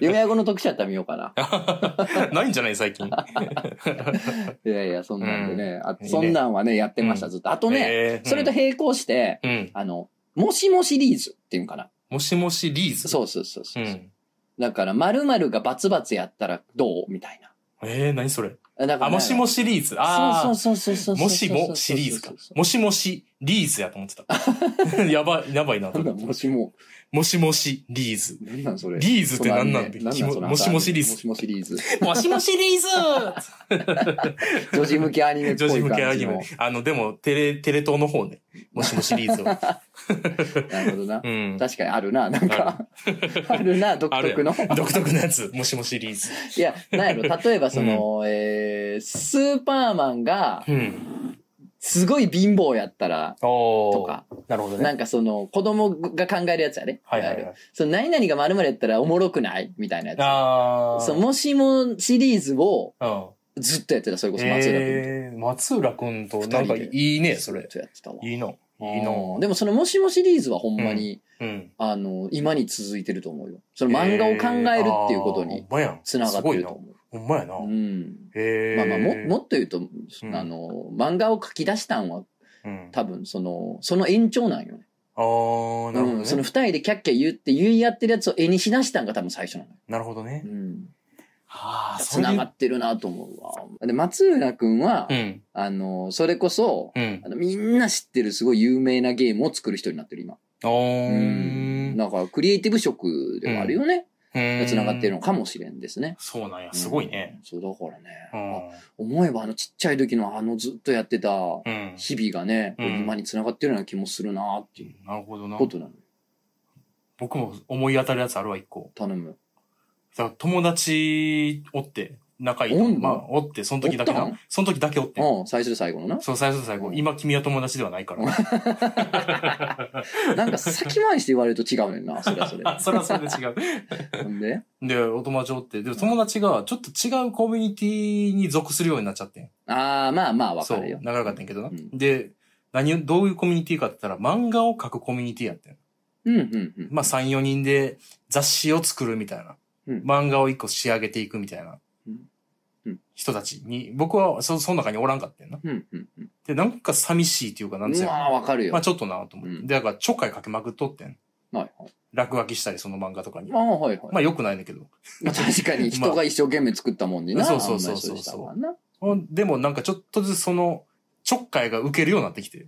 Speaker 1: 夢やごの特集やったら見ようかな。
Speaker 2: ないんじゃない最
Speaker 1: (laughs)
Speaker 2: 近。
Speaker 1: いやいや、そんなんでね。あ
Speaker 2: いいね
Speaker 1: そんなんはね、やってました、ずっと。あとね、
Speaker 2: えー
Speaker 1: それと、並行して、
Speaker 2: うんうん。
Speaker 1: あの、もしもシリーズっていうんかな。
Speaker 2: もしもしリーズ。
Speaker 1: そうそうそうそうう。
Speaker 2: ん。
Speaker 1: だから、〇〇がバツバツやったらどうみたいな。
Speaker 2: えー、何それ。
Speaker 1: だから
Speaker 2: あ、
Speaker 1: ね
Speaker 2: もしもしリーズ。あ
Speaker 1: そう
Speaker 2: あ。
Speaker 1: そうそうそうそうそうそうそう。
Speaker 2: もしもシリーズか。もしもしリーズやと思ってた。
Speaker 1: (laughs)
Speaker 2: やばい、やばいなと
Speaker 1: なんだ、
Speaker 2: 思って。
Speaker 1: もしも。
Speaker 2: もしもしリーズ。
Speaker 1: なんなんそれ。
Speaker 2: リーズって何なん
Speaker 1: そ
Speaker 2: で、
Speaker 1: うだね
Speaker 2: キ
Speaker 1: なんなんそ
Speaker 2: モ
Speaker 1: の
Speaker 2: もしもしリ
Speaker 1: も
Speaker 2: ー
Speaker 1: (laughs)
Speaker 2: ズ
Speaker 1: し。もシリーズ。
Speaker 2: もしもしリーズ
Speaker 1: 女子向けアニメっぽ
Speaker 2: 女
Speaker 1: い感じの。
Speaker 2: 子向けアニメ。あの、でも、テレ、テレ東の方ね。もしもしリーズは。
Speaker 1: (laughs) なるほどな
Speaker 2: う。ん。
Speaker 1: 確かにあるな、なんか。ある
Speaker 2: (laughs)
Speaker 1: な、独特の。
Speaker 2: 独特なやつ。もしもしリーズ。
Speaker 1: いや、なんやろ、例えばその、えー、スーパーマンが、
Speaker 2: うん。
Speaker 1: すごい貧乏やったら、
Speaker 2: お
Speaker 1: とか、
Speaker 2: なるほど
Speaker 1: な。んかその、子供が考えるやつやね。
Speaker 2: はいはい
Speaker 1: わ
Speaker 2: は
Speaker 1: ゆ
Speaker 2: い
Speaker 1: る。その、何々が〇〇やったらおもろくないみたいなや
Speaker 2: ああ。
Speaker 1: つ。そう、もしもシリーズを
Speaker 2: うん。
Speaker 1: ずっとやってた、それこそ松浦君
Speaker 2: えー、松浦くんと、
Speaker 1: 二人で
Speaker 2: なんかいいね、そ
Speaker 1: ず
Speaker 2: れ
Speaker 1: っ。とやってたわ。
Speaker 2: いいの。いい
Speaker 1: うん
Speaker 2: の。
Speaker 1: でもその、もしもシリーズはほんまに、
Speaker 2: うん。
Speaker 1: あの、今に続いてると思うよ。その漫画を考えるっていうこと
Speaker 2: えーあーほん
Speaker 1: に
Speaker 2: まやん。
Speaker 1: つながってると
Speaker 2: す
Speaker 1: 思う。
Speaker 2: ごいな。ほんまやな。
Speaker 1: うん。
Speaker 2: えー。
Speaker 1: まあまあ、も、もっと言うと、
Speaker 2: うん
Speaker 1: あの、漫画を書き出したんは
Speaker 2: うん、
Speaker 1: 多分、その、その延長なんよね。
Speaker 2: あー、なるほど
Speaker 1: うん。その
Speaker 2: ね。
Speaker 1: 二人でキャッキャ言って言い合ってるやつを絵にしだしたんが多分最初なのよ。
Speaker 2: なるほどね
Speaker 1: う。ん。
Speaker 2: ああ、そ
Speaker 1: つ
Speaker 2: れ
Speaker 1: な
Speaker 2: で
Speaker 1: がってるなと思うわ。で、松浦くんは、
Speaker 2: うん。
Speaker 1: あの、それこそ、
Speaker 2: うん
Speaker 1: あ。のみんな知ってるすごい有名なゲームを作る人になってる今。
Speaker 2: あー。
Speaker 1: だからクリエイティブ職ではあるよね。
Speaker 2: うん
Speaker 1: つながってるのかもしれんですね。
Speaker 2: そうなんや。すごいね。
Speaker 1: うん。そうだからね、
Speaker 2: うん。
Speaker 1: 思えばあのちっちゃい時のあのずっとやってた
Speaker 2: うん。
Speaker 1: 日々がね、
Speaker 2: うん
Speaker 1: 今に繋がってるような気もするなってい
Speaker 2: なるほど
Speaker 1: う
Speaker 2: な。
Speaker 1: ことなの。
Speaker 2: 僕も思い当たるやつあるわ、一個。
Speaker 1: 頼む。
Speaker 2: だから友達おって、仲いい
Speaker 1: おんの
Speaker 2: と。まあ、おって、その時だけ
Speaker 1: おった。
Speaker 2: なんその時だけおってん。
Speaker 1: うん、最初で最後のな。
Speaker 2: そう、最初と最後。
Speaker 1: うん
Speaker 2: 今君は友達ではないから。
Speaker 1: なんか先回りして言われると違うねんな、それはそれ
Speaker 2: あそれ (laughs) はそれで違う。
Speaker 1: で。ほんで
Speaker 2: で、お友達おって、でも友達がちょっと違うコミュニティに属するようになっちゃってん。
Speaker 1: ああ、まあまあわ
Speaker 2: そ
Speaker 1: か
Speaker 2: う、
Speaker 1: るよ。
Speaker 2: 長かったんやけどな。
Speaker 1: うん
Speaker 2: で、何を、どういうコミュニティかって言ったら、漫画を描くコミュニティやってん。
Speaker 1: うんうんうん。
Speaker 2: まあ、3、4人で雑誌を作るみたいな。
Speaker 1: うん
Speaker 2: 漫画を1個仕上げていくみたいな
Speaker 1: うんうん。
Speaker 2: 人たちに、僕はそ、その中におらんかったんやな。
Speaker 1: うんうんうん。
Speaker 2: で、なんか寂しいっていうか、なんつう
Speaker 1: う
Speaker 2: やろ
Speaker 1: わーわかるよ。
Speaker 2: まあ、ちょっとなと思って。
Speaker 1: うん
Speaker 2: で、だから、ちょっかいかけまくっとってん。
Speaker 1: はいはい。
Speaker 2: 落書きしたり、その漫画とかに。
Speaker 1: まあはいはい。
Speaker 2: まあ、良くないんだけど。
Speaker 1: まあ確かに人が一生懸命作ったもんにな。
Speaker 2: まあそうそうそうそう
Speaker 1: あんまりれしたらな
Speaker 2: ほんでもなんかちょっとずつその、ちょっかいが受けるようになってきて、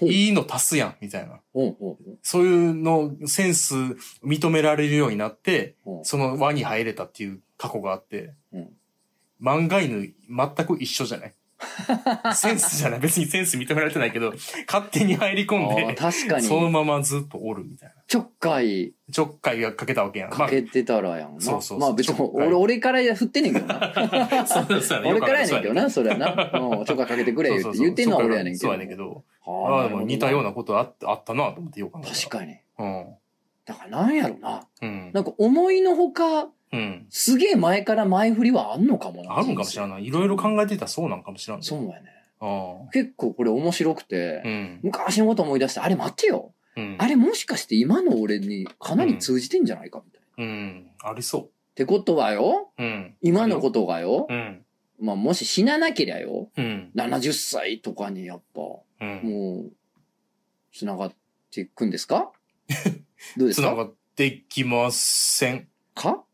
Speaker 1: ほう
Speaker 2: いいの足すやん、みたいな。
Speaker 1: ほうほうほう
Speaker 2: そういうの、センス認められるようになって、
Speaker 1: ほう
Speaker 2: その輪に入れたっていう過去があって、
Speaker 1: うん
Speaker 2: 漫画犬全く一緒じゃない
Speaker 1: (laughs)
Speaker 2: センスじゃない別にセンス認められてないけど、勝手に入り込ん
Speaker 1: ああ
Speaker 2: で、
Speaker 1: 確か
Speaker 2: その
Speaker 1: に。
Speaker 2: ままずっとおるみたいな。
Speaker 1: ちょっかい
Speaker 2: ちょっかいがかけたわけやん。
Speaker 1: かけてたらやんな。
Speaker 2: そうそうそう
Speaker 1: まあ別に
Speaker 2: ちょっかい
Speaker 1: 俺、俺から振ってんねんけどな。
Speaker 2: まあ、そうそうそう
Speaker 1: 俺からやねんけど
Speaker 2: ね。
Speaker 1: な、それはな。うんちょっかいかけてく
Speaker 2: (laughs)
Speaker 1: れ
Speaker 2: そ
Speaker 1: 言
Speaker 2: うそう
Speaker 1: て
Speaker 2: うそう
Speaker 1: 言ってんのは俺やねんけど。
Speaker 2: そうやねんけど。
Speaker 1: は
Speaker 2: ああ、でも似たよ
Speaker 1: な
Speaker 2: う
Speaker 1: る
Speaker 2: なことあったあったなと思ってよう考
Speaker 1: ほ
Speaker 2: え
Speaker 1: ど
Speaker 2: た
Speaker 1: な。確か
Speaker 2: ら
Speaker 1: に。
Speaker 2: うん。
Speaker 1: だからなんやろな。
Speaker 2: うん。
Speaker 1: なんか思いのほか、
Speaker 2: うん。
Speaker 1: すげえ前から前振りはあんのかもな。
Speaker 2: あるんかもしれない。いろいろ考えてたらそうなんかもしれない。。
Speaker 1: そううやね。
Speaker 2: あ
Speaker 1: 結構これ面白く
Speaker 2: あ。う
Speaker 1: て、
Speaker 2: ん。
Speaker 1: 昔のこと思い出して、あれ待てよ。
Speaker 2: うん。
Speaker 1: あれもしかして今の俺にかなり通じてんじゃないかみたいな。っ
Speaker 2: うん。ありそ
Speaker 1: てことはよ、
Speaker 2: う。うん。
Speaker 1: 今のことがよ
Speaker 2: う、ん。
Speaker 1: まあもし死ななけりゃよ、
Speaker 2: うん。
Speaker 1: 70歳とかにやっぱ、も
Speaker 2: うん。
Speaker 1: う、繋がっていくんです
Speaker 2: (laughs)
Speaker 1: かどうです
Speaker 2: つな
Speaker 1: か
Speaker 2: がってきません。 (laughs)
Speaker 1: か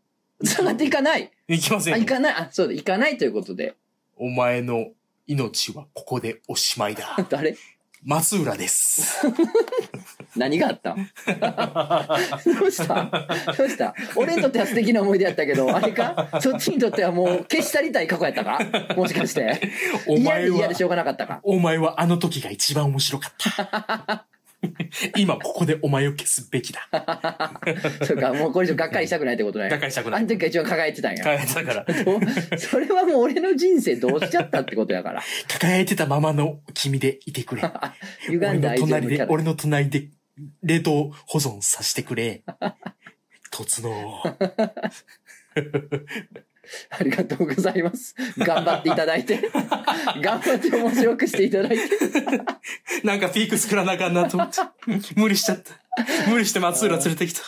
Speaker 1: 繋がっていかない
Speaker 2: いきませ
Speaker 1: あ、い
Speaker 2: ん。
Speaker 1: かないあ、そうだ、いかないということで。 (laughs)
Speaker 2: お前の命はここでおしまい
Speaker 1: (laughs)
Speaker 2: だ。
Speaker 1: 誰
Speaker 2: 松浦です。
Speaker 1: 何があったん (laughs) どうしたどうした俺にとっては素敵な思い出やったけど、あれかそっちにとってはもう消し去りたい過去やったかもしかして。
Speaker 2: お
Speaker 1: 嫌
Speaker 2: 前
Speaker 1: で嫌でしょ
Speaker 2: は、
Speaker 1: うがなかったか
Speaker 2: お前はあの時が一番面白かった。 (laughs) 今ここでお前を消すべきだ。
Speaker 1: そうか、もうこれ以上がっかりしたくないってことね
Speaker 2: 打。開したくな
Speaker 1: あの
Speaker 2: い。
Speaker 1: 時が一番輝いてたんや。
Speaker 2: 抱えてたから。
Speaker 1: それはもう俺の人生どうしちゃったってことやから。
Speaker 2: 抱えてたままの君でいてくれ。
Speaker 1: 歪
Speaker 2: (laughs) 俺
Speaker 1: んだ
Speaker 2: の
Speaker 1: 愛情の
Speaker 2: 隣
Speaker 1: キャ
Speaker 2: で
Speaker 1: ラ、。
Speaker 2: 俺の隣で冷凍保存させてくれ。突の。
Speaker 1: ありがとうございます。頑張っていただい
Speaker 2: (laughs)
Speaker 1: て。頑張って面白くしていただいて。
Speaker 2: なんかピーク作らなあかんなと思って。 (laughs) 無理しちゃった。無理して松浦連れてきた。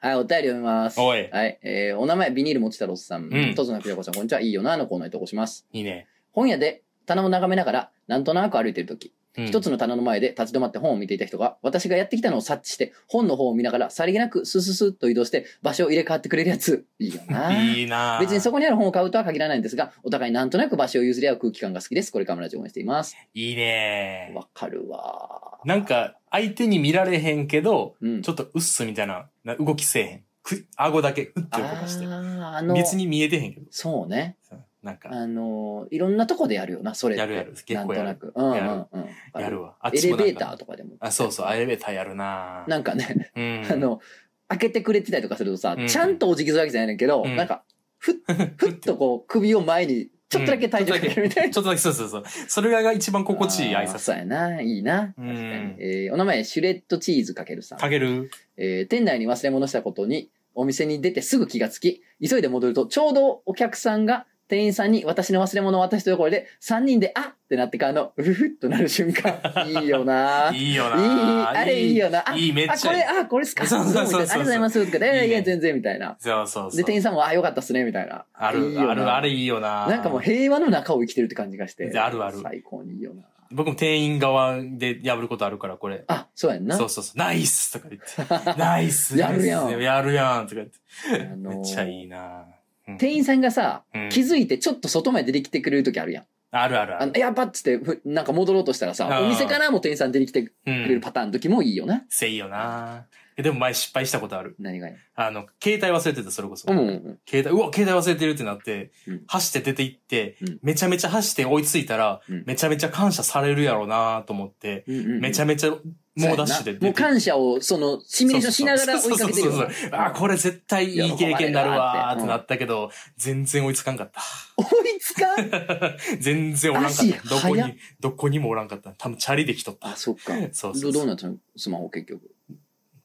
Speaker 1: はい、お便り読みます。
Speaker 2: おい
Speaker 1: はい、えー、お名前、ビニール持ち太郎さん。
Speaker 2: うん
Speaker 1: とつのぴよこさん、こんにちは。いいよな、のコーナーへ投稿します。
Speaker 2: いいね。
Speaker 1: 本屋で棚を眺めながら、なんとなく歩いてるとき、
Speaker 2: うん
Speaker 1: 一つの棚の前で立ち止まって本を見ていた人が、私がやってきたのを察知して、本の方を見ながら、さりげなくスススッと移動して、場所を入れ替わってくれるやつ。いいよな。
Speaker 2: いいな
Speaker 1: 別にそこにある本を買うとは限らないんですが、お互いなんとなく場所を譲り合う空気感が好きです。これからもラジオ応援しています。
Speaker 2: いいね
Speaker 1: わかるわ。
Speaker 2: なんか、相手に見られへんけど、
Speaker 1: うん。
Speaker 2: ちょっとうっすみたいな、な動きせえへん。く、顎だけ、ふっ
Speaker 1: あ
Speaker 2: て動かして。
Speaker 1: ーあの、
Speaker 2: 別に見えてへんけど。
Speaker 1: そうね。
Speaker 2: なんか、
Speaker 1: あの、いろんなとこでやるよな、それって。
Speaker 2: やるやる結構やる
Speaker 1: なんとなく。うんうんうん。
Speaker 2: やるわ。あ
Speaker 1: エレ
Speaker 2: もな
Speaker 1: ベ
Speaker 2: んか
Speaker 1: ーターとかでも。
Speaker 2: あ、そうそう、エレベーターやるな
Speaker 1: なんかね、
Speaker 2: うん。
Speaker 1: あの、開けてくれてたりとかするとさ、
Speaker 2: うん
Speaker 1: ちゃんとお辞儀するわけじゃないねんけど、
Speaker 2: うん
Speaker 1: なんか、
Speaker 2: (laughs)
Speaker 1: ふっ、ふっとこう、首を前に、ちょっとだけ体重かけるみたいな。
Speaker 2: ちょっとだけ、そうそうそう。それが一番心地いい
Speaker 1: あ
Speaker 2: 挨
Speaker 1: ー
Speaker 2: 拶。
Speaker 1: そうやな、いいな。
Speaker 2: うん
Speaker 1: 確かにえーお名前、シュレッドチーズかけるさん。
Speaker 2: かける
Speaker 1: えー店内に忘れ物したことに、お店に出てすぐ気がつき、急いで戻ると、ちょうどお客さんが店員さんに私の忘れ物を渡したところで、3人で、あっってなってからの、うふふっとなる瞬間。
Speaker 2: (laughs)
Speaker 1: いいよないい、
Speaker 2: いいよな。
Speaker 1: あれいいよな。あ、
Speaker 2: いい、めっ
Speaker 1: あ
Speaker 2: ち
Speaker 1: こ
Speaker 2: ゃいい
Speaker 1: れ、。あ、これっすか。
Speaker 2: そうそうそうそう
Speaker 1: どもみたいなありがとうございます。とか、いやい
Speaker 2: いい
Speaker 1: や、
Speaker 2: ね
Speaker 1: 全然、みたいな。
Speaker 2: そうそうそ
Speaker 1: で、
Speaker 2: う
Speaker 1: 店。員さんも、あ、よかったっすね、みたいな。
Speaker 2: あ
Speaker 1: いい
Speaker 2: る、
Speaker 1: よな
Speaker 2: ある、あれいいよな。
Speaker 1: なんかもう平和の中を生きてるって感じがして。
Speaker 2: であるある
Speaker 1: 最高にいいよな。
Speaker 2: 僕も店員側で破ることあるから、これ。
Speaker 1: あ、そうやんな。
Speaker 2: そうそうそう。ナイスとか言
Speaker 1: (laughs)
Speaker 2: って。ナイス
Speaker 1: やるやん
Speaker 2: ナイスやるやんとか言って。
Speaker 1: あのー
Speaker 2: めっちゃいいなうん
Speaker 1: 店員さんがさ、
Speaker 2: うん
Speaker 1: 気づいてちょっと外まで出てきてくれる時あるやん。
Speaker 2: あるあるあ
Speaker 1: あ
Speaker 2: る
Speaker 1: の。やばっつってふ、なんか戻ろうとしたらさ
Speaker 2: あ、ー
Speaker 1: お店からも店員さん出てきてく
Speaker 2: う
Speaker 1: れる
Speaker 2: ん。
Speaker 1: パターンの時もいいよな。
Speaker 2: せいよなえでも前失敗したことある。
Speaker 1: 何がや。
Speaker 2: あの、携帯忘れてた、それこそ。
Speaker 1: うんうんうん。
Speaker 2: 携帯、うわ、携帯忘れてるってなって、
Speaker 1: うん
Speaker 2: 走って出て行って、
Speaker 1: うん
Speaker 2: めちゃめちゃ走って追いついたら、
Speaker 1: うん
Speaker 2: めちゃめちゃ感謝されるやろうなと思って、
Speaker 1: うんうんうん
Speaker 2: めちゃめちゃ猛ダッシュで出て
Speaker 1: もう感謝を、その、シミュレーションしながら追いかけてるよ
Speaker 2: そうそうそうそうあーこれ絶対いい経験になるわーってなったけど、全然追いつかんかった。
Speaker 1: 追いつかん
Speaker 2: 全然おらんかっ
Speaker 1: 足
Speaker 2: た。どこ
Speaker 1: 速っ
Speaker 2: に、どこにもおらんかった。多分チャリで来とった
Speaker 1: あ、。そっか。
Speaker 2: そうそ
Speaker 1: ど
Speaker 2: う
Speaker 1: ど
Speaker 2: そうう。
Speaker 1: なったのスマホ結局。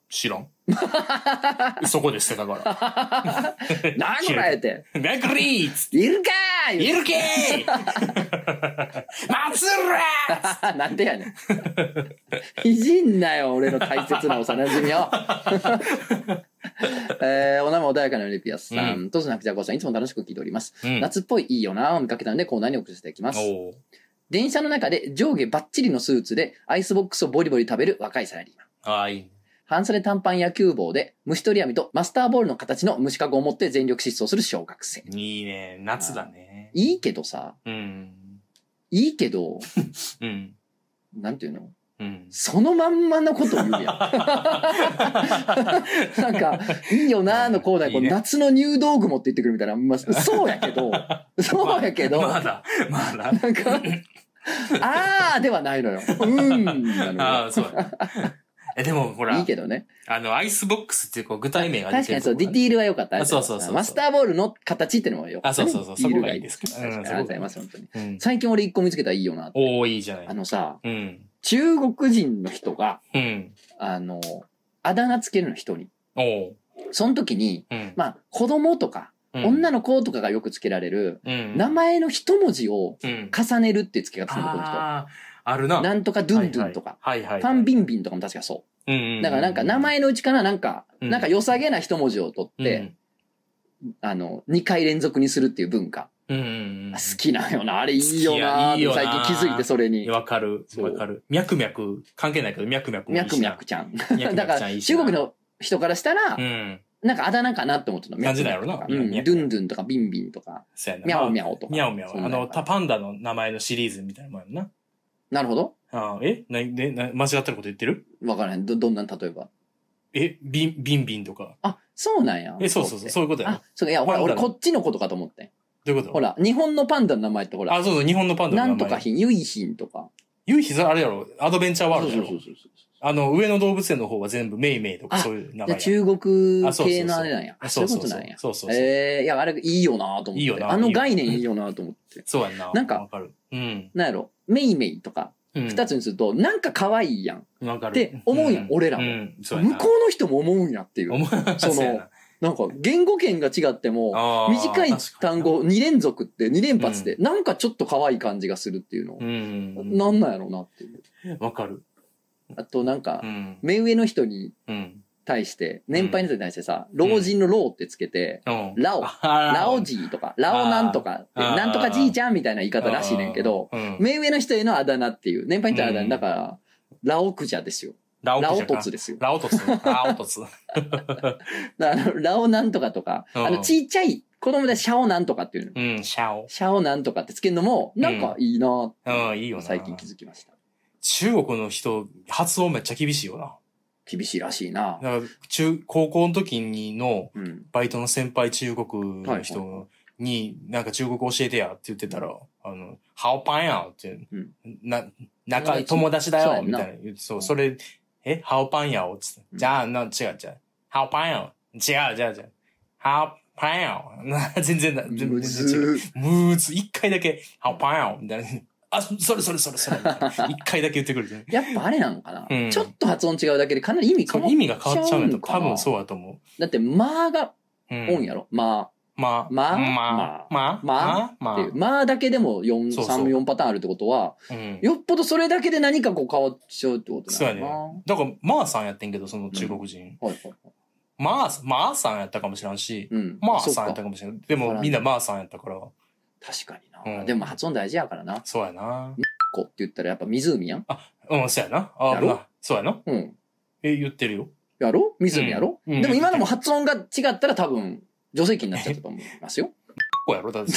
Speaker 2: 知らん。そこで捨てたから。
Speaker 1: 何これって。
Speaker 2: (laughs) めくりーっつっ
Speaker 1: いるか
Speaker 2: てい
Speaker 1: ー
Speaker 2: るけー松浦
Speaker 1: (laughs)
Speaker 2: ー
Speaker 1: なんでやねん。いじんなよ、俺の大切な幼馴染みを。
Speaker 2: (laughs)
Speaker 1: えー、お名前穏やかなリピアスさ、
Speaker 2: うん
Speaker 1: とずなくじゃこさん、いつも楽しく聞いております。
Speaker 2: うん
Speaker 1: 夏っぽいいいよなを見かけたので、コーナーに送らせていただきます。
Speaker 2: おー
Speaker 1: 電車の中で上下バッチリのスーツで、アイスボックスをボリボリ食べる若いサラリーマン。
Speaker 2: ああ、いい。
Speaker 1: 半袖短パン野球帽で、虫取り網とマスターボールの形の虫かごを持って全力疾走する小学生。
Speaker 2: いいね。夏だね。
Speaker 1: いいけどさ、
Speaker 2: うん。
Speaker 1: いいけど、
Speaker 2: うん。
Speaker 1: なんていうの (laughs)
Speaker 2: うん。
Speaker 1: そのまんまのことを言うやん。
Speaker 2: (laughs)
Speaker 1: なんか、いいよなーのコーナー、こ
Speaker 2: いういね
Speaker 1: 夏の入道雲って言ってくるみたいな、
Speaker 2: (laughs)
Speaker 1: まあ、そうやけど、そうやけど、
Speaker 2: ま
Speaker 1: な
Speaker 2: だ、まだ。
Speaker 1: ん
Speaker 2: (laughs)
Speaker 1: か、あーではないのよ。うん、な
Speaker 2: あ
Speaker 1: の
Speaker 2: あ、そうだ。え、でも、ほ
Speaker 1: よ。い
Speaker 2: ら
Speaker 1: い、けどね。
Speaker 2: あの、アイスボックスっていうこう具体名が
Speaker 1: 確かにそう、ディテ
Speaker 2: ィ
Speaker 1: ィールは良かったね。
Speaker 2: あそうそうそうそう
Speaker 1: マスターボールの形ってのも良かったね。
Speaker 2: あそうそうそう
Speaker 1: ディティール
Speaker 2: そこがいいですけど
Speaker 1: 確か
Speaker 2: うん
Speaker 1: にありがとうございます、本当に。
Speaker 2: うん。
Speaker 1: 最近俺一個見つけたらいいよなって。
Speaker 2: おー、いいじゃな
Speaker 1: あ
Speaker 2: い。
Speaker 1: のさ、
Speaker 2: うん。
Speaker 1: 中国人の人が、
Speaker 2: うん。
Speaker 1: あの、あだ名つけるの人に。
Speaker 2: おー。
Speaker 1: その時に、
Speaker 2: うん。
Speaker 1: まあ、子供とか、女
Speaker 2: の
Speaker 1: の子とかがよくつけられる、名
Speaker 2: 名
Speaker 1: 前の一文字を
Speaker 2: うん。
Speaker 1: 重ねるっていう付け方するの、この
Speaker 2: ああ、ある
Speaker 1: 人。
Speaker 2: な。
Speaker 1: なんとかドゥンドゥンとか。
Speaker 2: はいはい。
Speaker 1: ファンビンビンとかも確かそ
Speaker 2: ン
Speaker 1: う。だからなんか名前のうちからなんか、
Speaker 2: うん
Speaker 1: なんか良さげな一文字を取って、、あの、2回連続にするっていう文化。
Speaker 2: うんうん。
Speaker 1: あ好きなんよな。あれいいよな
Speaker 2: 好きやいいよな
Speaker 1: 最近気づいてそれに。
Speaker 2: わかる。わかる。脈々、関係ないけど、脈々。
Speaker 1: 脈々ちゃん。
Speaker 2: 々
Speaker 1: だか
Speaker 2: ちゃんい
Speaker 1: ら
Speaker 2: いし
Speaker 1: 中
Speaker 2: な
Speaker 1: 国の人からしたら
Speaker 2: う、ん。
Speaker 1: なんかあだ名かなって思ってたの。
Speaker 2: 感じだよな
Speaker 1: 脈々とかうん。ドゥンドゥンとかビンビンとか、
Speaker 2: そうやな。
Speaker 1: ミャオミャオとか。
Speaker 2: ミャオミャ
Speaker 1: そん
Speaker 2: オ。
Speaker 1: な
Speaker 2: あ
Speaker 1: の
Speaker 2: の、タパンダの名前のシリーズみたいなもんやんな。
Speaker 1: なるほど。
Speaker 2: ああえなでな間違ってること言ってる
Speaker 1: わからへん。ど、どんなん例えば。
Speaker 2: えビン、ビンビンとか。
Speaker 1: あ、そうなんや。
Speaker 2: え、そうそうそう、
Speaker 1: って
Speaker 2: そういうことや
Speaker 1: あ
Speaker 2: な。、
Speaker 1: そういや、ほら、
Speaker 2: パンダ
Speaker 1: 俺
Speaker 2: の
Speaker 1: こっちのことかと思ってん。
Speaker 2: どういうこと
Speaker 1: ほら、日本のパンダの名前ってほら
Speaker 2: あ、、そうそう、日本のパンダ
Speaker 1: な
Speaker 2: の名
Speaker 1: ん
Speaker 2: 前。
Speaker 1: とか品、ゆい品とか。
Speaker 2: ゆうひざあれやろ、アドベンチャーワールドやろ。
Speaker 1: そうそうそうそう
Speaker 2: あの、上野動物園の方は全部メイメイとか
Speaker 1: あ
Speaker 2: そういう
Speaker 1: じ
Speaker 2: 名
Speaker 1: ゃあ
Speaker 2: 前や。
Speaker 1: 中国
Speaker 2: あそうそうそう
Speaker 1: 系のあれなんや。あそういうことなんや。
Speaker 2: そうそうそう。
Speaker 1: ええ、いや、あれいいよなと思って。
Speaker 2: いいよな
Speaker 1: あの
Speaker 2: いいよ
Speaker 1: 概念いいよなと思って。
Speaker 2: そうやんな。
Speaker 1: なんか
Speaker 2: わかる。うん。
Speaker 1: なんやろ、メイメイとか、
Speaker 2: 二
Speaker 1: 二つにすると、なんか可愛いやん。
Speaker 2: わかる。
Speaker 1: って思うやん俺らも
Speaker 2: うん、そうや
Speaker 1: 向
Speaker 2: な。
Speaker 1: こうの人も思うんやっていう。
Speaker 2: 思う
Speaker 1: その
Speaker 2: そうやな
Speaker 1: なんか、言語圏が違っても、
Speaker 2: あー
Speaker 1: 短い
Speaker 2: 確かに
Speaker 1: 単語2連続って、2連発で、なんかちょっと可愛い感じがするっていうの
Speaker 2: う。ん。
Speaker 1: なんなんやろうなっていう。
Speaker 2: わかる。
Speaker 1: あと、なんか
Speaker 2: う、ん。
Speaker 1: 目上の人に
Speaker 2: うん。
Speaker 1: 対して、年配の人に対してさ、老人の老ってつけて、
Speaker 2: うん
Speaker 1: ラオ
Speaker 2: あー
Speaker 1: ラオジーとか、ラオなんとかって、
Speaker 2: あー
Speaker 1: なんとかじいちゃんみたいな言い方らしいねんけど、
Speaker 2: うん、
Speaker 1: 目上の人へのあだ名っていう、年配の人へのあだ
Speaker 2: う
Speaker 1: 名、
Speaker 2: ん
Speaker 1: だから、ラオクジャですよ。
Speaker 2: ラ
Speaker 1: ラオ
Speaker 2: じゃ
Speaker 1: ト
Speaker 2: な
Speaker 1: ツですよ。
Speaker 2: ラオトツ。ラオトツ。
Speaker 1: だからラオなんとかとか、
Speaker 2: うん
Speaker 1: あの、ちっちゃい子供でシャオなんとかっていうの。
Speaker 2: うん、シャオ。
Speaker 1: シャオなんとかってつけるのも、なんかいいなーって
Speaker 2: うん、いいよな。
Speaker 1: 最近気づきました。
Speaker 2: 中国の人、発音めっちゃ厳しいよな。
Speaker 1: 厳しいらしいな。
Speaker 2: だから、中、高校の時にの、
Speaker 1: うん。
Speaker 2: バイトの先輩中国
Speaker 1: は
Speaker 2: の
Speaker 1: いはいは
Speaker 2: 人に、なんか中国教えてやって言ってたら、あの、ハオパンやんって、
Speaker 1: うん
Speaker 2: な、仲、友達だ
Speaker 1: そうや
Speaker 2: よ
Speaker 1: ん
Speaker 2: み
Speaker 1: な
Speaker 2: たいな言って。そう、それ、え、ハオパンやおつって。じゃあ、な、違う違う。ハオパンやん。違う違う違う。ハオパンやん。な (laughs) 全然な、全然
Speaker 1: むず
Speaker 2: 違う。
Speaker 1: ー
Speaker 2: むーず、一回だけ、ハオパンやん。みたいな。あ、それそれそれそれ。み (laughs) たいな一回だけ言ってくる。
Speaker 1: (laughs) やっぱあれなのかな、
Speaker 2: うん
Speaker 1: ちょっと発音違うだけでかなり意味
Speaker 2: そ
Speaker 1: 変
Speaker 2: の
Speaker 1: わっ
Speaker 2: 意味が変わっちゃうん
Speaker 1: ちゃ
Speaker 2: だ
Speaker 1: う
Speaker 2: と
Speaker 1: んかな
Speaker 2: 多分そうだと思
Speaker 1: だって、まーが
Speaker 2: う。うん
Speaker 1: 音やろ。まー。
Speaker 2: まあ、
Speaker 1: まあ
Speaker 2: まあ、まあ、
Speaker 1: ま
Speaker 2: まあ、ま
Speaker 1: っ
Speaker 2: あ
Speaker 1: ていう。まあだけでも4、
Speaker 2: そうそう
Speaker 1: 3、4パターンあるってことは、
Speaker 2: うん
Speaker 1: よっぽどそれだけで何かこう変わっちゃうってこと
Speaker 2: そ
Speaker 1: な
Speaker 2: うや
Speaker 1: の
Speaker 2: ね
Speaker 1: かな。。
Speaker 2: だから、まあさんやってんけど、その中国人。
Speaker 1: はいはいはい。
Speaker 2: まあ、まあさんやったかもしれんし、
Speaker 1: うん。
Speaker 2: まあ
Speaker 1: そう
Speaker 2: さんや
Speaker 1: か
Speaker 2: ったかもしれん。で
Speaker 1: わから
Speaker 2: も、
Speaker 1: ん
Speaker 2: みんなまあさんやったから、
Speaker 1: 確かにな、
Speaker 2: うん
Speaker 1: でも発音大事やからな。
Speaker 2: そうやな。
Speaker 1: 湖って言ったらやっぱ湖やん。
Speaker 2: うん、そうやな。あ
Speaker 1: や
Speaker 2: あ、
Speaker 1: ろ
Speaker 2: まあ、そうやな。
Speaker 1: うん。
Speaker 2: え、言ってるよ。
Speaker 1: やろ湖やろ、
Speaker 2: うんうん
Speaker 1: でも今のも発音が違ったら多分、除斥器になっちゃったと思います
Speaker 2: (laughs)
Speaker 1: よ。
Speaker 2: こうや
Speaker 1: (laughs)
Speaker 2: ろだって。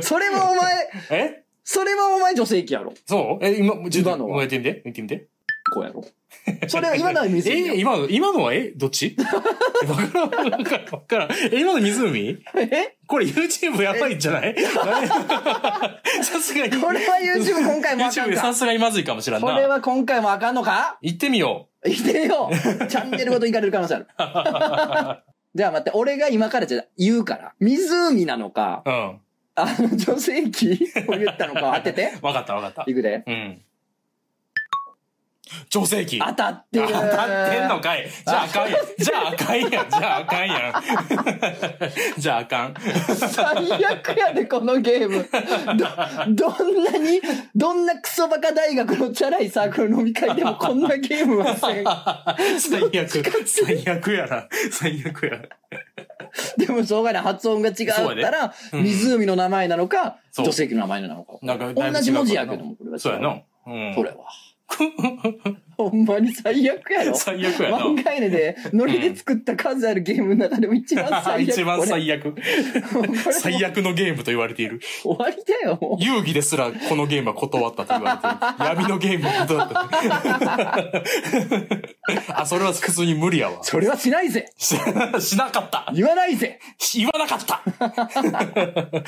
Speaker 1: それはお前、
Speaker 2: え
Speaker 1: それはお前除斥器やろ。
Speaker 2: そうえ、今、ちょっ
Speaker 1: 今
Speaker 2: と、
Speaker 1: のは
Speaker 2: もうやってみて。やってみて。
Speaker 1: こうやろ。それは今のは湖やろ。
Speaker 2: え、今の、今のは、えど
Speaker 1: (laughs)
Speaker 2: っちえわからん、わからん、わからん。 (laughs) え、今の湖
Speaker 1: え
Speaker 2: これ YouTube やばいんじゃない (laughs) さすがに。
Speaker 1: これは YouTube 今回もあかん
Speaker 2: YouTube
Speaker 1: か
Speaker 2: さ。すがにまずいかもしれん
Speaker 1: これ
Speaker 2: な。
Speaker 1: は今回もあかんのか
Speaker 2: 行ってみよ
Speaker 1: いてよチャンネルごと行かれる可能性ある。
Speaker 2: (laughs)
Speaker 1: じゃあ待って、俺が今からじゃあ言うから。湖なのか、
Speaker 2: う。うん。
Speaker 1: あの、女性器を言ったのかを当てて。
Speaker 2: わかったわかった。
Speaker 1: いくで。
Speaker 2: うん。女性器。
Speaker 1: 当たってる。
Speaker 2: 当たってんのかい。じゃああかんやん。じゃああかんやん。じゃああかん (laughs) やん。じゃああかん。
Speaker 1: 最悪やで、このゲーム。ど、どんなに、どんなクソバカ大学のチャラいサークル飲み会でもこんなゲームは
Speaker 2: (laughs)
Speaker 1: せん。
Speaker 2: 最悪。最悪やな。最悪や。
Speaker 1: でもしょうがない。発音が違うったら、
Speaker 2: うん
Speaker 1: 湖の名前なのか、
Speaker 2: そう
Speaker 1: 女性器の名前なのか。
Speaker 2: なんかだいぶ違うからな
Speaker 1: 同じ文字やけども、これは違
Speaker 2: そうやな。うん。
Speaker 1: それは。
Speaker 2: (laughs)
Speaker 1: ほんまに最悪やろ。
Speaker 2: 最悪やな。
Speaker 1: 漫画ネで、ノリで作った数あるゲームの中でも一番最悪。
Speaker 2: (laughs) 一番
Speaker 1: 悪。
Speaker 2: 最悪。
Speaker 1: これもう
Speaker 2: 最悪のゲームと言われている。
Speaker 1: 終わりだよ、もう。
Speaker 2: 遊戯ですらこのゲームは断ったと言われている。闇のゲームは断
Speaker 1: (laughs)
Speaker 2: った。あ、それは普通に無理やわ。
Speaker 1: それはしないぜ
Speaker 2: ししなかった。
Speaker 1: 言わないぜ
Speaker 2: し言わな
Speaker 1: (laughs)
Speaker 2: かった。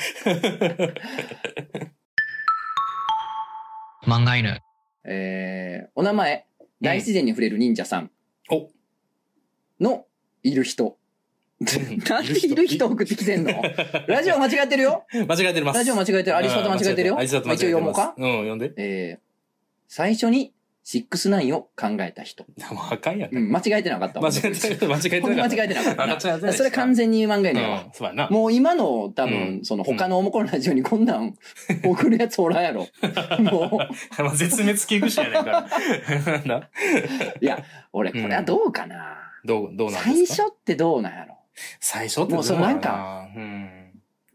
Speaker 4: 漫画犬。
Speaker 1: えー、お名前、大自然に触れる忍者さん
Speaker 2: お
Speaker 1: のいる人。なんでいる人送ってきてんのラジオ間違ってるよ
Speaker 2: (laughs) 間違えてます。
Speaker 1: ラジオ間違えてる。アリストと間違えてるよ。
Speaker 2: うんアリストと間違えて
Speaker 1: 一応読
Speaker 2: る
Speaker 1: もうか
Speaker 2: うん、読んで。
Speaker 1: えー、最初に69を考えた人。
Speaker 2: もうあかんやん。
Speaker 1: うん、間違えてなかった。
Speaker 2: 間違えてる。間違えて
Speaker 1: ほん
Speaker 2: る。
Speaker 1: ま間違えてなかった
Speaker 2: 間違えてな
Speaker 1: な。
Speaker 2: い
Speaker 1: それ完全に漫画や
Speaker 2: う
Speaker 1: ねんわ。
Speaker 2: ん、そうやな。 (laughs)
Speaker 1: もう今の多
Speaker 2: う
Speaker 1: 分、
Speaker 2: ん
Speaker 1: その他のおもころラジオにこんなん送るやつおらんやろ。もう、
Speaker 2: まあ絶滅危惧種やねんから。 (laughs) な。
Speaker 1: 俺これはどうかな。
Speaker 2: どう、どうなん
Speaker 1: 最
Speaker 2: ですか
Speaker 1: 初ってどうなんやろ。
Speaker 2: 最初ってど
Speaker 1: もうそう
Speaker 2: やろ
Speaker 1: なんか、
Speaker 2: うん。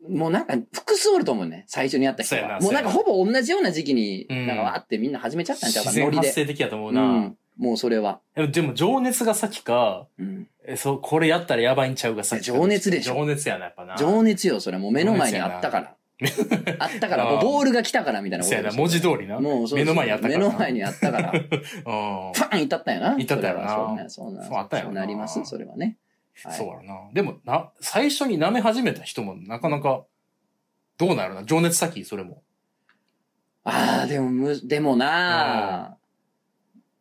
Speaker 1: もうなんか複数おると思うね。最初にやった人
Speaker 2: そうや
Speaker 1: は。
Speaker 2: な
Speaker 1: もうなんか
Speaker 2: そう
Speaker 1: ほぼ同じような時期に、
Speaker 2: うん
Speaker 1: なんかわーってみんな始めちゃったんちゃうか
Speaker 2: 自
Speaker 1: な、ノ
Speaker 2: 然
Speaker 1: リ
Speaker 2: 発
Speaker 1: で。
Speaker 2: 生的やと思う
Speaker 1: う
Speaker 2: な。
Speaker 1: ん。もうそれは。
Speaker 2: でもでも情熱が先か、
Speaker 1: うん。
Speaker 2: えそう、これやったらやばいんちゃうが先か。
Speaker 1: いや情熱でしょ
Speaker 2: 情熱やな、やっぱな。
Speaker 1: 情熱よ、それはもう目の前にあったから。あったから、もうボールが来たからみたいなこ
Speaker 2: そう
Speaker 1: と
Speaker 2: や
Speaker 1: で
Speaker 2: な、
Speaker 1: しょ
Speaker 2: 文字通りな。
Speaker 1: もうそうそう
Speaker 2: 目の前にあったから
Speaker 1: 目の前にあった
Speaker 2: (laughs)
Speaker 1: から。
Speaker 2: うん。
Speaker 1: パン至ったんやな。
Speaker 2: 至ったんやな
Speaker 1: それはそうなん。そう
Speaker 2: そうあ
Speaker 1: な
Speaker 2: ったんやな
Speaker 1: そうなります、それはね。はい
Speaker 2: そうやろな。でも、な、最初に舐め始めた人もなかなか、どうなるな。情熱先、それも。
Speaker 1: ああ、でもむ、でもな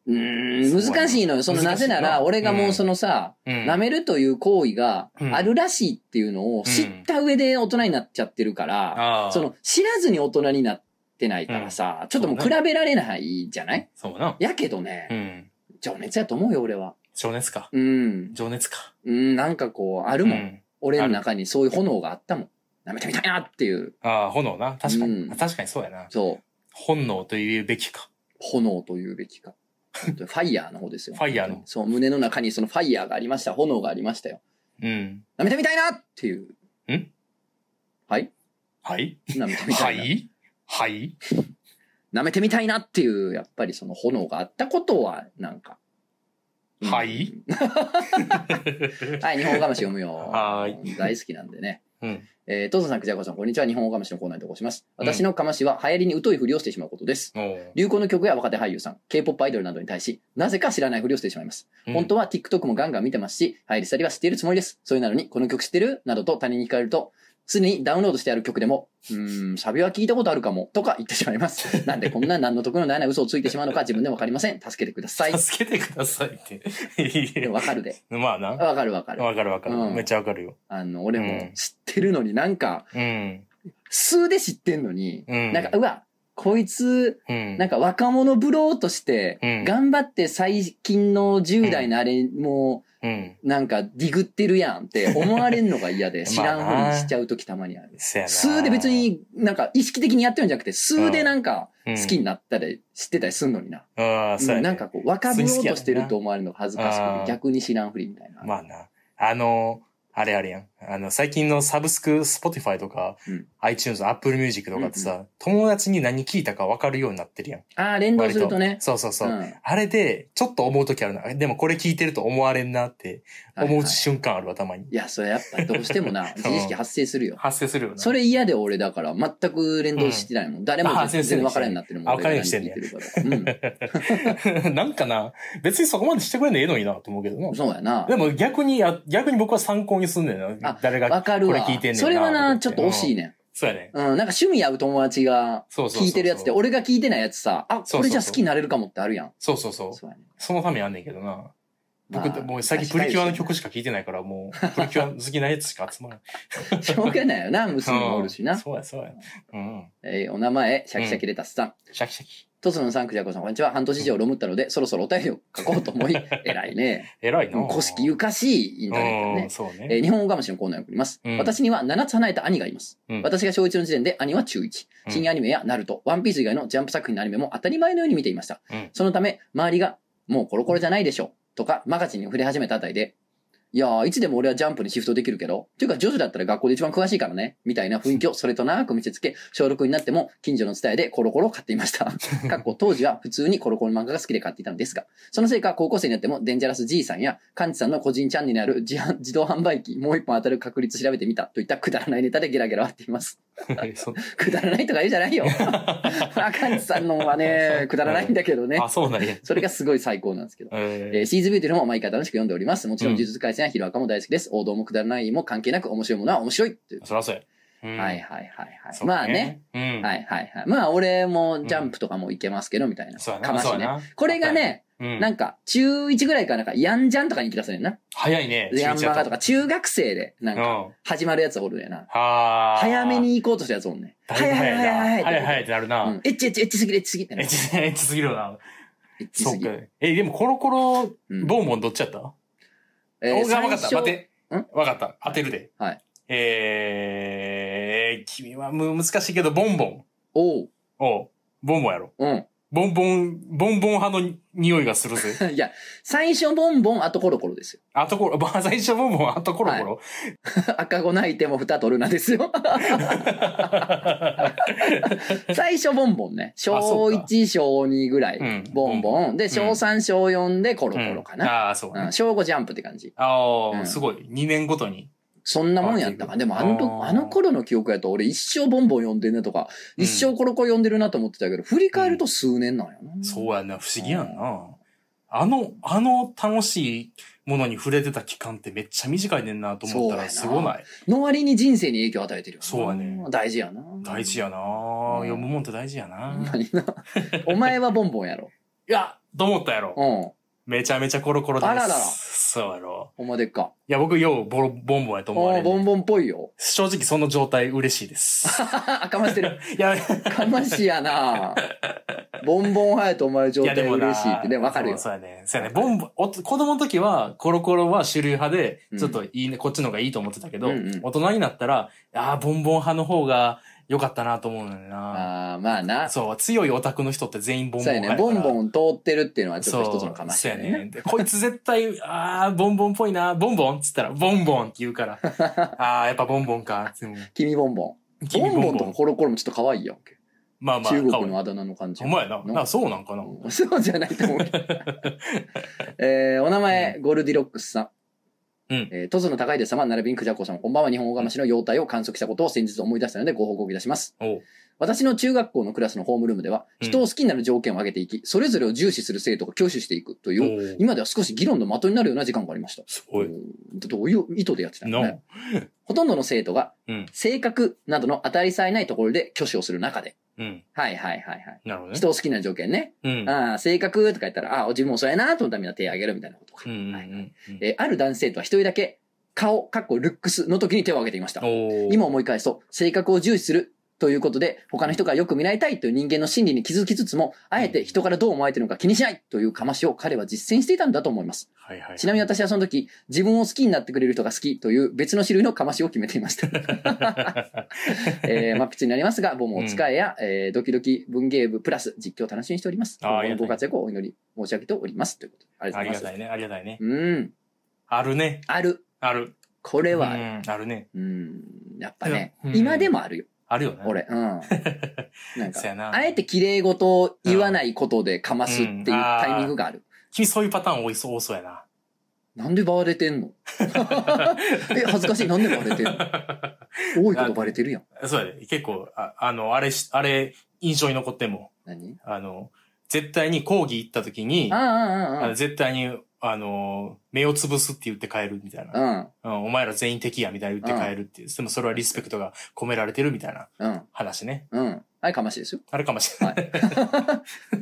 Speaker 1: ーうーん、難しいのよ。その、な
Speaker 2: 難し
Speaker 1: ぜ
Speaker 2: いな
Speaker 1: なら、俺がもうそのさ、
Speaker 2: うん。
Speaker 1: 舐めるという行為が
Speaker 2: うん
Speaker 1: あるらしいっていうのを知った上で大人になっちゃってるから、
Speaker 2: ああ。
Speaker 1: そ、の、知らずに大人になってないからさ、ちょっともう比
Speaker 2: そう
Speaker 1: べられないじゃない
Speaker 2: そうな。
Speaker 1: やけどね
Speaker 2: う、ん。
Speaker 1: 情熱やと思うよ、俺は。
Speaker 2: 情熱か。
Speaker 1: うん。
Speaker 2: 情熱か。
Speaker 1: うん、なんかこう、あ
Speaker 2: う
Speaker 1: るもん。
Speaker 2: ん。
Speaker 1: 俺の中にそういう炎があったもん。舐めてみたいなっていう、
Speaker 2: ああ、炎な。確かに、
Speaker 1: うん
Speaker 2: 確かにそうやな。
Speaker 1: そう、
Speaker 2: 本能というべきか。
Speaker 1: 炎というべきか。本当にファイヤーの方ですよ。
Speaker 2: ファイヤーの
Speaker 1: そう、胸の中にそのファイヤーがありました。炎がありましたよ。
Speaker 2: うん。
Speaker 1: 舐めてみたいなっていう。
Speaker 2: ん
Speaker 1: はい
Speaker 2: はい
Speaker 1: 舐めてみた
Speaker 2: はい
Speaker 1: な。
Speaker 2: いはい
Speaker 1: 舐めてみたいなっていう、やっぱりその炎があったことは、なんか。うん (laughs)
Speaker 2: はい。 (laughs)
Speaker 1: はい、日本おかまし読むよ。
Speaker 2: はー
Speaker 1: 大好きなんでね。
Speaker 2: うん。
Speaker 1: えー、トトさん、クジャコさん、こんにちは。日本おかましのコーナーに投稿します。私のかましは流行りに疎いふりをしてしまうことです。
Speaker 2: おー
Speaker 1: 流行の曲や若手俳優さん、K-POP アイドルなどに対し、なぜか知らないふりをしてしまいます。
Speaker 2: うん
Speaker 1: 本当は TikTok もガンガン見てますし、入り去りは知っているつもりです。それなのに、この曲知ってるなどと他人に聞かれると、すでにダウンロードしてある曲でも、うーん、サビは聞いたことあるかも、とか言ってしまい
Speaker 2: (laughs)
Speaker 1: ます。なんでこんな何の得のないような嘘をついてしまうのか自分でもわかりません。助けてください。
Speaker 2: 助けてくださいって。いい
Speaker 1: でも
Speaker 2: よ
Speaker 1: わかるで。
Speaker 2: (laughs) まあな。
Speaker 1: わかるわかる。
Speaker 2: わかるわかる。
Speaker 1: うん
Speaker 2: めっちゃわかるよ。
Speaker 1: あの、俺
Speaker 2: う
Speaker 1: も
Speaker 2: ん
Speaker 1: 知ってるのになんか、
Speaker 2: うん。
Speaker 1: 数で知ってんのに、
Speaker 2: うん。
Speaker 1: なんか、うわ、こいつ、
Speaker 2: うん。
Speaker 1: なんか若者ブローとして
Speaker 2: う、ん
Speaker 1: 頑張って最近の10代のあれ、も
Speaker 2: うん。
Speaker 1: う、なんか、ディグってるやんって思われんのが嫌で、
Speaker 2: (laughs) まあな
Speaker 1: 知らんふりしちゃうときたまにある。
Speaker 2: せやな。
Speaker 1: 数で別、になんか意識的にやってるんじゃなくて、数でなんか
Speaker 2: 好
Speaker 1: 好き。になったり知ってたりすんのにな。
Speaker 2: ああ、そうや
Speaker 1: う
Speaker 2: ね
Speaker 1: んなんか、こう、若ぶろうとしてると思われるのが恥ずかし
Speaker 2: 普通に好きやもん
Speaker 1: く
Speaker 2: な
Speaker 1: て、逆に知らんふりみたいな。
Speaker 2: まあな。あの、あれあれやん。あの、最近のサブスク、Spotify とか、
Speaker 1: うん
Speaker 2: iTunes、Apple Music とかってさ、友達に何聞いたか分かるようになってるやん。
Speaker 1: ああ、連動するとね。
Speaker 2: そうそうそう。
Speaker 1: うん
Speaker 2: あれで、ちょっと思うときあるな。あでもこれ聞いてると思われんなって
Speaker 1: はい
Speaker 2: 思
Speaker 1: は
Speaker 2: う
Speaker 1: い
Speaker 2: 瞬間あるわ、たまに。
Speaker 1: いや、それやっぱどうしてもな、
Speaker 2: (laughs)
Speaker 1: 自意識発生するよ。
Speaker 2: 発生するよな。
Speaker 1: それ嫌で俺だから、全く連動してないもん。誰も
Speaker 2: あー
Speaker 1: 全
Speaker 2: 先生
Speaker 1: 然分からんようになってるもん。
Speaker 2: あ分からんようにしてんね
Speaker 1: 俺が何聞いてるか
Speaker 2: (laughs) なんかな、別にそこまでしてくれんでええのになと思うけど
Speaker 1: ら。う
Speaker 2: な。
Speaker 1: ん。そうやな
Speaker 2: で。も逆にや、逆に僕は参考にすんねんな
Speaker 1: あ。
Speaker 2: 誰が
Speaker 1: 分かる
Speaker 2: これ
Speaker 1: わ
Speaker 2: 聞いてんねんな。
Speaker 1: それはな、ちょっと惜しい
Speaker 2: ね。
Speaker 1: ねん。
Speaker 2: そうやね。
Speaker 1: うん、なんか趣味合う友達が
Speaker 2: そうそうそうそう
Speaker 1: 聞いてるやつって、俺が聞いてないやつさ、あ、
Speaker 2: そうそうそう
Speaker 1: これじゃ好きになれるかもってあるやん。
Speaker 2: そうそうそう。
Speaker 1: そうやね。
Speaker 2: そのためにあんねんけどな。僕、
Speaker 1: まあ
Speaker 2: もう最近プリキュアの曲しか聴いてないから、もう、プリキュア好きなやつしか集まらない。
Speaker 1: しょうがないよな、娘もおるし
Speaker 2: うん
Speaker 1: な。
Speaker 2: そうや、そうや。うん。
Speaker 1: えーお名前、シャキシャキレタスさん。
Speaker 2: シャキシャキ。
Speaker 1: トスのサンクジャコさん、こんにちは。半年以上ロムったので、そろそろお便りを書こうと思い、偉いね。
Speaker 2: 偉いな。
Speaker 1: もう古式ゆかしいインターネット
Speaker 2: う
Speaker 1: ね
Speaker 2: ん。そう
Speaker 1: え
Speaker 2: ね。
Speaker 1: ー日本語がましのコーナーを送ります、
Speaker 2: うん
Speaker 1: 私には7つ離れた兄がいます。
Speaker 2: うん
Speaker 1: 私が小1の時点で兄は中1。
Speaker 2: うん
Speaker 1: 深夜アニメやナルト、ワンピース以外のジャンプ作品のアニメも当たり前のように見ていました。
Speaker 2: うん
Speaker 1: そのため、周りが、もうコロコロじゃないでしょ、とか、マガジンに触れ始めたあたりで、いやー、いつでも俺はジャンプにシフトできるけど、というか、ジョジョだったら学校で一番詳しいからね、みたいな雰囲気をそれとなく見せつけ、小6になっても近所の伝えでコロコロを買っていま
Speaker 2: (laughs)
Speaker 1: した。かっこ当時は普通にコロコロの漫画が好きで買っていたのですが、そのせいか高校生になってもデンジャラス G さんやカンチさんの個人チャンネルにある自販自動販売機もう一本当たる確率調べてみたといったくだらないネタでゲラゲラ笑っています。 (laughs)
Speaker 2: そう
Speaker 1: くだらないとか言うじゃないよ。カンチさんのはね、くだらないんだけどね
Speaker 2: あ、。そうなんや。
Speaker 1: それがすごい最高なんですけど。え
Speaker 2: え
Speaker 1: ーシーズビューというのも毎回楽しく読んでおります。もちろん呪術廻戦やヒロアカも大好きです。王道もくだらないも関係なく面白いものは面白いっていう
Speaker 2: ー、。そらそうや。うん
Speaker 1: はいはい。はいはい。
Speaker 2: そう
Speaker 1: まあね。。
Speaker 2: うん。
Speaker 1: はいはいはい。まあ俺もジャンプとかもいけますけど、みたいな。
Speaker 2: そうや
Speaker 1: か
Speaker 2: な。
Speaker 1: ま
Speaker 2: そ
Speaker 1: し
Speaker 2: うや
Speaker 1: ね。
Speaker 2: な。
Speaker 1: これがね、
Speaker 2: うん、
Speaker 1: なんか、中1ぐらいからなんか、ヤンジャンとかに行き出すねんな。
Speaker 2: 早いね。
Speaker 1: ヤンマガと
Speaker 2: か。
Speaker 1: か、中学生で、なん
Speaker 2: うん。
Speaker 1: か、
Speaker 2: は
Speaker 1: 始まるやつおるやな。
Speaker 2: あ。
Speaker 1: 早め。に行こうとしたやつおんね。
Speaker 2: だい
Speaker 1: 早
Speaker 2: ぶ
Speaker 1: い
Speaker 2: 早い
Speaker 1: 早い
Speaker 2: な。
Speaker 1: 早い
Speaker 2: 早い早い
Speaker 1: い
Speaker 2: っ。てなる
Speaker 1: う
Speaker 2: な。
Speaker 1: ん、エッチエッチエッチすぎるエッチすぎって
Speaker 2: え
Speaker 1: な
Speaker 2: っ。ち、えっちすぎるよな。
Speaker 1: エッチ
Speaker 2: そ
Speaker 1: す
Speaker 2: う
Speaker 1: ぎ
Speaker 2: か
Speaker 1: る。。
Speaker 2: え、でもコロコロ、
Speaker 1: うん
Speaker 2: ボーモンどっちやった
Speaker 1: え
Speaker 2: お
Speaker 1: ー
Speaker 2: がわかった。待て。
Speaker 1: ん
Speaker 2: わかった。当てるで。
Speaker 1: はい。
Speaker 2: えー、君はむ難しいけど、ボンボン。
Speaker 1: おう。
Speaker 2: おうボンボンやろ。
Speaker 1: うん。 (laughs)
Speaker 2: ボンボン、ボンボン派の匂いがするぜ。
Speaker 1: いや、最初ボンボン、あとコロコロですよ。 (laughs)
Speaker 2: あところ、ば最初ボンボン、あとコロコロ。
Speaker 1: 赤子泣いても蓋取るなです
Speaker 2: (laughs)
Speaker 1: よ。最初ボンボンね。小
Speaker 2: あそうか
Speaker 1: 1、小2ぐらい。
Speaker 2: うん
Speaker 1: ボンボン。で、小3、小4でコロコロかな。
Speaker 2: ああー、そう
Speaker 1: う
Speaker 2: ね。
Speaker 1: ん、小5ジャンプって感じ。
Speaker 2: ああ、
Speaker 1: うん
Speaker 2: すごい。2年ごとに。
Speaker 1: そんなもんやったかな。でもあのと、
Speaker 2: あー
Speaker 1: あの頃の記憶やと、俺一生ボンボン読んでんなとか、
Speaker 2: うん
Speaker 1: 一生コロコロ読んでるなと思ってたけど、振り返ると数年なんやな。
Speaker 2: そうやな、不思議やんな。あの、あの楽しいものに触れてた期間ってめっちゃ短いねんなと思ったらす
Speaker 1: そうや
Speaker 2: ご
Speaker 1: な
Speaker 2: ない。
Speaker 1: の割に人生に影響与えてるよな。
Speaker 2: そうやね
Speaker 1: 大事やな。
Speaker 2: 大事
Speaker 1: や。
Speaker 2: やな、読むもんって大事やな、
Speaker 1: ほんま
Speaker 2: い
Speaker 1: に
Speaker 2: (laughs)
Speaker 1: な。お前はボンボンやろ。
Speaker 2: や、と思ったやろ。
Speaker 1: うん。
Speaker 2: めちゃめちゃコロコロです。
Speaker 1: あららら
Speaker 2: そうやろ。
Speaker 1: ほんまでっか。
Speaker 2: いや、僕、よう、ボロボンボンやと思わ
Speaker 1: お
Speaker 2: れ
Speaker 1: ー
Speaker 2: る、
Speaker 1: ボンボンっぽいよ。 (laughs)
Speaker 2: 正直その状態嬉しいです。
Speaker 1: あ、かましてる。
Speaker 2: いや、い
Speaker 1: かましやな。ボンボン派やとお前状
Speaker 2: や
Speaker 1: 態
Speaker 2: でもな
Speaker 1: 嬉しいってね、わかるよ。
Speaker 2: そうそうやね。そうやね。ボンボン、お子供の時はコロコロは主流派で、ちょっといいね、こっちの方がいいと思ってたけど、
Speaker 1: うんうん
Speaker 2: 大人になったら、ああ、ボンボン派の方が良かったなと思うのよな。
Speaker 1: ああ、まあな。そ
Speaker 2: そう、強いオタクの人って全員ボン
Speaker 1: う
Speaker 2: ボン
Speaker 1: やね。
Speaker 2: 派
Speaker 1: ボ
Speaker 2: やから
Speaker 1: ンボン通ってるっていうのはち
Speaker 2: そ
Speaker 1: ょ
Speaker 2: う
Speaker 1: っと一つのかまし
Speaker 2: そう
Speaker 1: や
Speaker 2: や
Speaker 1: ね。
Speaker 2: ね。でこいつ絶対、ああ、ボンボンっぽいな、ボンボンっつったら、ボンボンって言
Speaker 1: (laughs)
Speaker 2: うから、ああ、やっぱボンボンか、つって
Speaker 1: 君ボンボン。
Speaker 2: 君
Speaker 1: ボンボンとかコロコロもちょっと可愛いやんけ。
Speaker 2: まあまあ、
Speaker 1: 中
Speaker 2: かわ
Speaker 1: 国
Speaker 2: いい
Speaker 1: のあだ名の感じ。
Speaker 2: ほんまやな。
Speaker 1: な
Speaker 2: なそうなんかな。
Speaker 1: うんそうじゃないと
Speaker 2: (laughs)
Speaker 1: 思う。えー、お名前、ゴルディロックスさん。
Speaker 2: うん
Speaker 1: えー、トズの高いで様、並びにクジャコ様、こんばんは。日本語がましの容態を観測したことを先日思い出したのでご報告いたします。
Speaker 2: おう
Speaker 1: 私の中学校のクラスのホームルームでは、
Speaker 2: うん
Speaker 1: 人を好きになる条件を上げていき、それぞれを重視する生徒が挙手していくという、
Speaker 2: おう
Speaker 1: 今では少し議論の的になるような時間がありました。
Speaker 2: すごい。
Speaker 1: うんどういう意図でやってたのね
Speaker 2: の。
Speaker 1: ほとんどの生徒が
Speaker 2: うん、
Speaker 1: 性格などの当たり障りないところで挙手をする中で、
Speaker 2: うん。
Speaker 1: はいはいはいはい。
Speaker 2: なるほどね。
Speaker 1: 人を好きな条件ね。
Speaker 2: うん。
Speaker 1: ああ、性格とか言ったら、ああ、自分もそうやなと思ったらみんな手を挙げるみたいなことか。
Speaker 2: うんうん
Speaker 1: はいはい
Speaker 2: うん
Speaker 1: えーある男性とは一人だけ、顔、かっこルックスの時に手を挙げていました。
Speaker 2: おー
Speaker 1: 今思い返すと、性格を重視するということで、他の人からよく見られたいという人間の心理に気づきつつも、あえて人からどう思われてるのか気にしないというかましを彼は実践していたんだと思います。
Speaker 2: はいはい、
Speaker 1: ちなみに私はその時、自分を好きになってくれる人が好きという別の種類のかましを決めていました。
Speaker 2: (laughs)
Speaker 1: えー、マップチになりますが、ボムお使いや、えードキドキ文芸部プラス実況を楽しみにしております。
Speaker 2: あー
Speaker 1: 今後のご活躍をお祈り申し上げております。ということで。ありが
Speaker 2: あ
Speaker 1: とう
Speaker 2: り
Speaker 1: ご
Speaker 2: が
Speaker 1: ざいま
Speaker 2: た
Speaker 1: す。
Speaker 2: いね、ありがたいね。
Speaker 1: うん。
Speaker 2: あるね。
Speaker 1: ある。
Speaker 2: ある。
Speaker 1: これはある、
Speaker 2: うんあるね。
Speaker 1: うん、やっぱね、
Speaker 2: いやうん
Speaker 1: 今でもあるよ、
Speaker 2: あるよね。。
Speaker 1: 俺。
Speaker 2: (laughs)
Speaker 1: うん。なん
Speaker 2: そ
Speaker 1: か、
Speaker 2: やな
Speaker 1: あえて綺麗事を言わないことでかますっていう
Speaker 2: うんあー
Speaker 1: タイミングがある。
Speaker 2: 君そういうパターン多いそう、多そうやな。
Speaker 1: なんでバレてんの (laughs) え、恥ずかしい。なんでバレてん
Speaker 2: (laughs)
Speaker 1: の多いことバレてるやん。
Speaker 2: そうやで。結構、ああの、あれし、あれ、印象に残ってんもん。
Speaker 1: 何
Speaker 2: あの、絶対に講義行った時に、
Speaker 1: ああ、
Speaker 2: あ
Speaker 1: ああ、あ
Speaker 2: の絶対に、あの、目をつぶすって言って帰るみたいな。
Speaker 1: あ。
Speaker 2: うん、お前ら全員敵やみたいな言って帰るっていう。でもそれはリスペクトが込められてるみたいな
Speaker 1: うん、うん、
Speaker 2: 話ね。
Speaker 1: うん。あれかましですよ。
Speaker 2: あれかもしれない。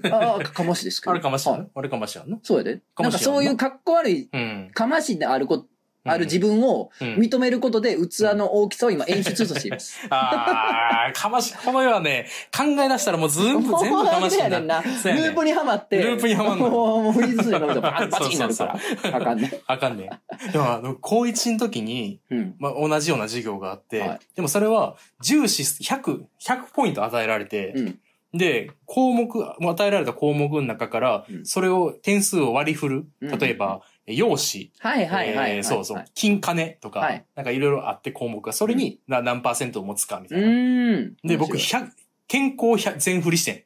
Speaker 1: ああ、かもしですけど。
Speaker 2: あれかもしれな。
Speaker 1: はい
Speaker 2: あれかもしれんの。
Speaker 1: そうやで。
Speaker 2: か
Speaker 1: な
Speaker 2: も
Speaker 1: ん
Speaker 2: し
Speaker 1: か
Speaker 2: れん
Speaker 1: そ
Speaker 2: な
Speaker 1: ういうかっこ悪い、
Speaker 2: うん。
Speaker 1: かましであるこ、ある自
Speaker 2: 分。
Speaker 1: 分を
Speaker 2: うん、
Speaker 1: 認めることで器の大きさを今演出としています。
Speaker 2: ああ、かまし、この世はね、考え出したらもう全部、全部か
Speaker 1: (laughs)
Speaker 2: まし
Speaker 1: や
Speaker 2: に
Speaker 1: ね
Speaker 2: なんる。
Speaker 1: な。ル
Speaker 2: そうやね
Speaker 1: ープにはまって。
Speaker 2: ループにはまんの
Speaker 1: もうもうフリーズするのみたいな。バチンになるから。
Speaker 2: そうそうそう
Speaker 1: あかんね。
Speaker 2: あかんねん。でも、あの、高一の時に、
Speaker 1: うん。
Speaker 2: まあ、同じような授業があって、
Speaker 1: はい
Speaker 2: でもそれは、重視100、100ポイント与えられて、
Speaker 1: うん
Speaker 2: で、項目、与えられた項目の中から
Speaker 1: う、ん
Speaker 2: それを、点数を割り振る。
Speaker 1: うん
Speaker 2: 例えば、用紙、
Speaker 1: はいはいはいは
Speaker 2: えー
Speaker 1: い。
Speaker 2: そうそう
Speaker 1: はい。
Speaker 2: 金金とか、
Speaker 1: はい
Speaker 2: なんかいろいろあって項目が、それにな何パーセントを持つかみた
Speaker 1: う
Speaker 2: いな。
Speaker 1: ーん。
Speaker 2: で、僕、100、健康100全振りしてん。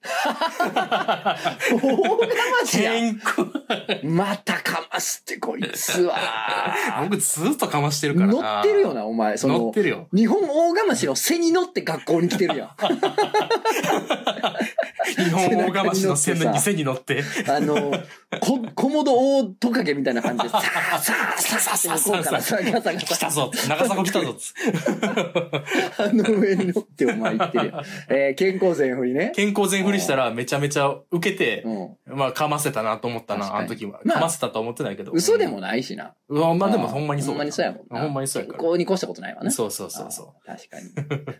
Speaker 1: 大釜しや。
Speaker 2: 健康。
Speaker 1: またかますってこいつは。
Speaker 2: (laughs) 僕ずっとかましてるからな。
Speaker 1: 乗ってるよな、お前。そ
Speaker 2: 乗
Speaker 1: の
Speaker 2: っ、てるよ。
Speaker 1: 日本大釜しの背に乗って学校に来てるやん。
Speaker 2: 日本大釜市の線
Speaker 1: (laughs) 背中に乗って
Speaker 2: の
Speaker 1: さ
Speaker 2: 店に乗って。
Speaker 1: あの、こ、コモドオオトカゲみたいな感じで、さあさあさあさあ向こうからさあガサ (laughs) ガ
Speaker 2: 来た
Speaker 1: サ
Speaker 2: ぞ長迫来たぞ
Speaker 1: あの上に乗ってお前言ってるやん。えー、健康全振りね。
Speaker 2: 健康全振りしたらめちゃめちゃ受けて、
Speaker 1: うん。
Speaker 2: まあ、かませたなと思った
Speaker 1: 確
Speaker 2: な、
Speaker 1: か
Speaker 2: あ
Speaker 1: に
Speaker 2: の時は。
Speaker 1: まあ
Speaker 2: かませたとは思ってないけど。
Speaker 1: 嘘でもないしな。
Speaker 2: うん。うわまあでもほんまにそう。
Speaker 1: ほんまにそうやもんな。
Speaker 2: ほんまにそうやか
Speaker 1: 健康に越したことないわ
Speaker 2: ら。
Speaker 1: な。
Speaker 2: そうそうそうそ
Speaker 1: あー確か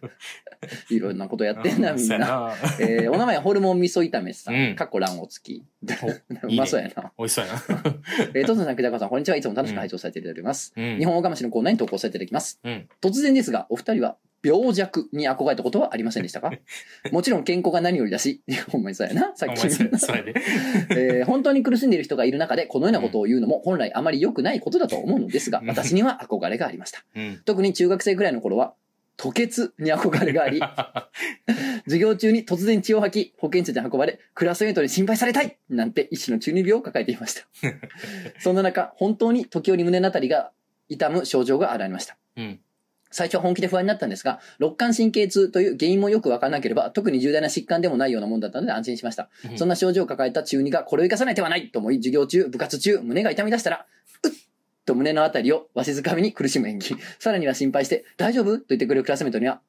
Speaker 1: に。いろんなことや
Speaker 2: う。
Speaker 1: ってんな、
Speaker 2: う
Speaker 1: みん
Speaker 2: そうや
Speaker 1: な。えーお名前はホルモン味噌炒めさ
Speaker 2: うん
Speaker 1: ん。かっこ卵付き。
Speaker 2: お
Speaker 1: うまそうやな。
Speaker 2: 美味しそう
Speaker 1: (laughs)
Speaker 2: やな。
Speaker 1: えー、トトさん、久高さん、こんにちは。いつも楽しく拝聴させていただいております。
Speaker 2: うん
Speaker 1: 日本大釜市のコーナーに投稿させていただきます。
Speaker 2: うん
Speaker 1: 突然ですが、お二人は、病弱に憧れたことはありませんでした
Speaker 2: (laughs)
Speaker 1: かもちろん健康が何よりだし、 (laughs) いやほんまにそうやな、さっ
Speaker 2: お
Speaker 1: き
Speaker 2: 前そうやそうやで。
Speaker 1: えー本当に苦しんでいる人がいる中で、このようなことを言うのも本来あまり良くないことだと思うのですが
Speaker 2: う、ん
Speaker 1: 私には憧れがありました。
Speaker 2: うん。
Speaker 1: 特に中学生くらいの頃は、吐血に憧れがあ
Speaker 2: (laughs)
Speaker 1: り、授業中に突然血を吐き、保健室に運ばれ、クラスメートに心配されたいなんて一種の中二病を抱えていま
Speaker 2: (laughs)
Speaker 1: した。そんな中、本当に時折胸のあたりが痛む症状が現れました。
Speaker 2: うん
Speaker 1: 最初は本気で不安になったんですが、肋間神経痛という原因もよくわからなければ、特に重大な疾患でもないようなもんだったので安心しました。
Speaker 2: うん
Speaker 1: そんな症状を抱えた中二がこれを生かさない手はないと思い、授業中、部活中、胸が痛み出したら、と胸のあたりをわしづかみに苦しむ演技。さらには心配して、大丈夫と言ってくれるクラスメートには、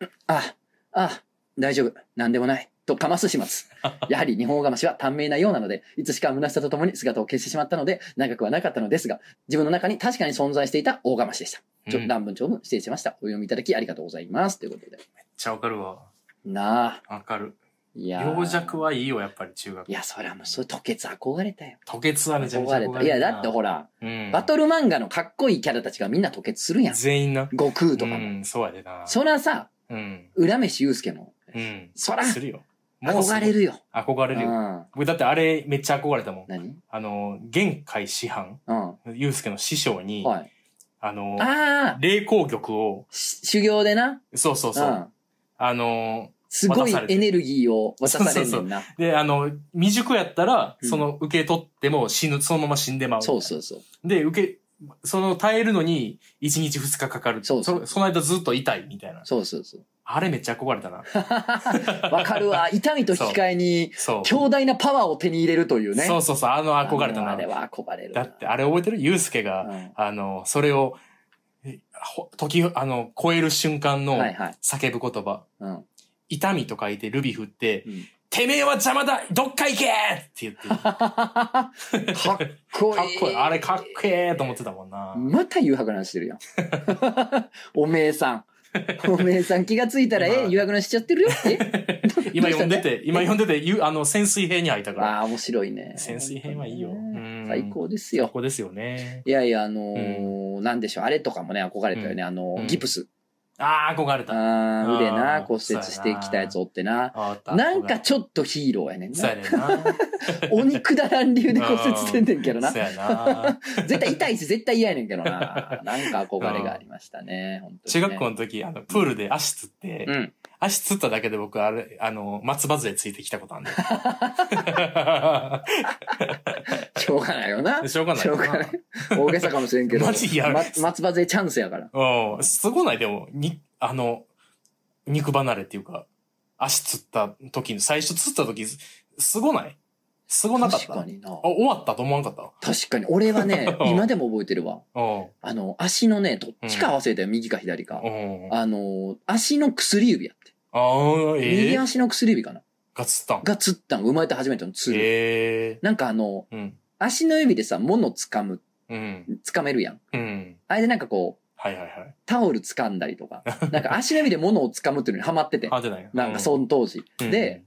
Speaker 1: うんああ、ああ、大丈夫、なんでもない。とかます始
Speaker 2: (laughs)
Speaker 1: 末。やはり日本オガマシは短命なようなので、いつしか虚しさとともに姿を消してしまったので、長くはなかったのですが、自分の中に確かに存在していた大ガマシでした。ちょ
Speaker 2: うんめっ
Speaker 1: 乱文長文失礼しました。お読みいただきありがとうございます。ということで。
Speaker 2: ちゃわかるわ。
Speaker 1: なあ、
Speaker 2: わかる。
Speaker 1: いやー。
Speaker 2: 病弱はいいよ、やっぱり中学
Speaker 1: い。や、そりゃもう、そう、吐血憧れたよ。
Speaker 2: 吐血はめちゃめち
Speaker 1: 憧
Speaker 2: ゃ憧
Speaker 1: れ
Speaker 2: れ
Speaker 1: た。いや、だってほら、
Speaker 2: ら
Speaker 1: バトル漫画のかっこいいキャラたちがみんな吐血するやん。
Speaker 2: 全員な。
Speaker 1: 悟空と
Speaker 2: う
Speaker 1: かも。
Speaker 2: ん、そうやでな。
Speaker 1: そらさ、
Speaker 2: うん。
Speaker 1: 浦飯祐介も。
Speaker 2: うん。
Speaker 1: そら、
Speaker 2: するよ。もうすぐ
Speaker 1: 憧れるよ。
Speaker 2: 憧
Speaker 1: う
Speaker 2: れるよ。
Speaker 1: ん。
Speaker 2: 僕だってあれめっちゃ憧れたもん。
Speaker 1: 何
Speaker 2: あの、玄海師範、
Speaker 1: うん。
Speaker 2: 祐介の師匠に、
Speaker 1: はい。
Speaker 2: あの、
Speaker 1: ああ、
Speaker 2: 霊光玉を、
Speaker 1: し修行でな。
Speaker 2: そうそう
Speaker 1: う
Speaker 2: そう、
Speaker 1: ん。
Speaker 2: あの、
Speaker 1: すご
Speaker 2: 渡
Speaker 1: い
Speaker 2: されて
Speaker 1: エネルギーを渡されんねんな。
Speaker 2: で、あの、未熟やったら、
Speaker 1: うん
Speaker 2: その受け取っても死ぬ、そのまま死んでまう。
Speaker 1: そうそうそう。
Speaker 2: で、受け、その耐えるのに1日2日かかる。
Speaker 1: そうそう
Speaker 2: のその間ずっと痛いみたいな。
Speaker 1: そうそうそう。 (laughs)
Speaker 2: あれめっちゃ憧れたな。
Speaker 1: わかるわ。痛みと引き換えに、
Speaker 2: そう。
Speaker 1: 強大なパワーを手に入れるというね。
Speaker 2: そうそうそう、あの憧れた
Speaker 1: あのあ
Speaker 2: な
Speaker 1: れ。は憧れる
Speaker 2: だ
Speaker 1: な。
Speaker 2: って、あれ覚えてる祐介が、
Speaker 1: うん
Speaker 2: あの、それを、えほ時、あの、超える瞬間の
Speaker 1: はい (laughs) はい。
Speaker 2: 叫ぶ言葉。
Speaker 1: うん。
Speaker 2: 痛みと書いてルビ振って、
Speaker 1: うん
Speaker 2: てめえは邪魔だどっか行けって言ってる。かっ
Speaker 1: かっこいい。
Speaker 2: こいい。あれかっこええと思ってたもんな。
Speaker 1: また誘白の話してるやん。おめえさん。 (laughs) おめえさん気がついたら、え、
Speaker 2: 今
Speaker 1: 誘白の話しちゃってるよ。
Speaker 2: (laughs)
Speaker 1: えど
Speaker 2: 今
Speaker 1: うし
Speaker 2: 読
Speaker 1: た
Speaker 2: ん
Speaker 1: ね
Speaker 2: でて、今読んでて、ゆあの、潜水兵に入ったから。
Speaker 1: ああ、面白いね。
Speaker 2: 潜水編はいいようん
Speaker 1: 最高です
Speaker 2: こ
Speaker 1: よ。
Speaker 2: こですよね。
Speaker 1: いやいや、あのーなんでしょう、あれとかもね、憧れたよね。あのー
Speaker 2: うん
Speaker 1: ギプス。
Speaker 2: ああ、憧れた。
Speaker 1: あー腕な
Speaker 2: あー
Speaker 1: 骨折してきたやつおってな。
Speaker 2: あった。
Speaker 1: なんかちょっとヒーローやねん
Speaker 2: そ
Speaker 1: な
Speaker 2: うや。ねんな。
Speaker 1: 鬼くだらん理由で骨折してんねんけどな
Speaker 2: そう。や
Speaker 1: (laughs)
Speaker 2: な。
Speaker 1: 絶対痛いし、絶対嫌やねんけど
Speaker 2: (laughs)
Speaker 1: な。なんか憧れがありましたね。本当
Speaker 2: 中
Speaker 1: にね
Speaker 2: 学校の時、あの、プールで足つって、
Speaker 1: うん。
Speaker 2: 足つっただけで僕、あれ、あの、松葉杖ついてきたこ
Speaker 1: (laughs)
Speaker 2: とあんね
Speaker 1: しょうがないよな。
Speaker 2: ん。しょうがない
Speaker 1: しょ
Speaker 2: よ
Speaker 1: うが
Speaker 2: な
Speaker 1: ない。大げさかもしれんけど。
Speaker 2: マジやる
Speaker 1: ま松葉勢チャンスやから。
Speaker 2: うん、すごないでも、に、あの、肉離れっていうか、足つった時の、最初つった時、すすごないすごなかっ
Speaker 1: 確
Speaker 2: た
Speaker 1: か
Speaker 2: あ、
Speaker 1: にな。
Speaker 2: 終わったと思わんかった
Speaker 1: 確かに。俺は
Speaker 2: (laughs)
Speaker 1: ね
Speaker 2: う、ん
Speaker 1: 今でも覚えてるわ。
Speaker 2: うん。
Speaker 1: あの、足のね、どっちか忘れたよ。右か左か。
Speaker 2: うん。あ
Speaker 1: あの、足の薬指やって。
Speaker 2: あー、ええ
Speaker 1: 右足の薬指かな。
Speaker 2: がつったん。
Speaker 1: がつったん、生まれて初めてのつる。
Speaker 2: ええ
Speaker 1: なんかあの、
Speaker 2: うん。
Speaker 1: 足の指でさ、物掴む、
Speaker 2: うん。
Speaker 1: 掴めるやん。
Speaker 2: うん。
Speaker 1: あれでなんかこう、
Speaker 2: はいはいはい。
Speaker 1: タオル掴んだりと
Speaker 2: (laughs)
Speaker 1: か、なんか足の指で物を掴むっていうのにハマってて。
Speaker 2: あ、じゃない。
Speaker 1: なんかそ
Speaker 2: うん
Speaker 1: の当時。
Speaker 2: うん
Speaker 1: で、、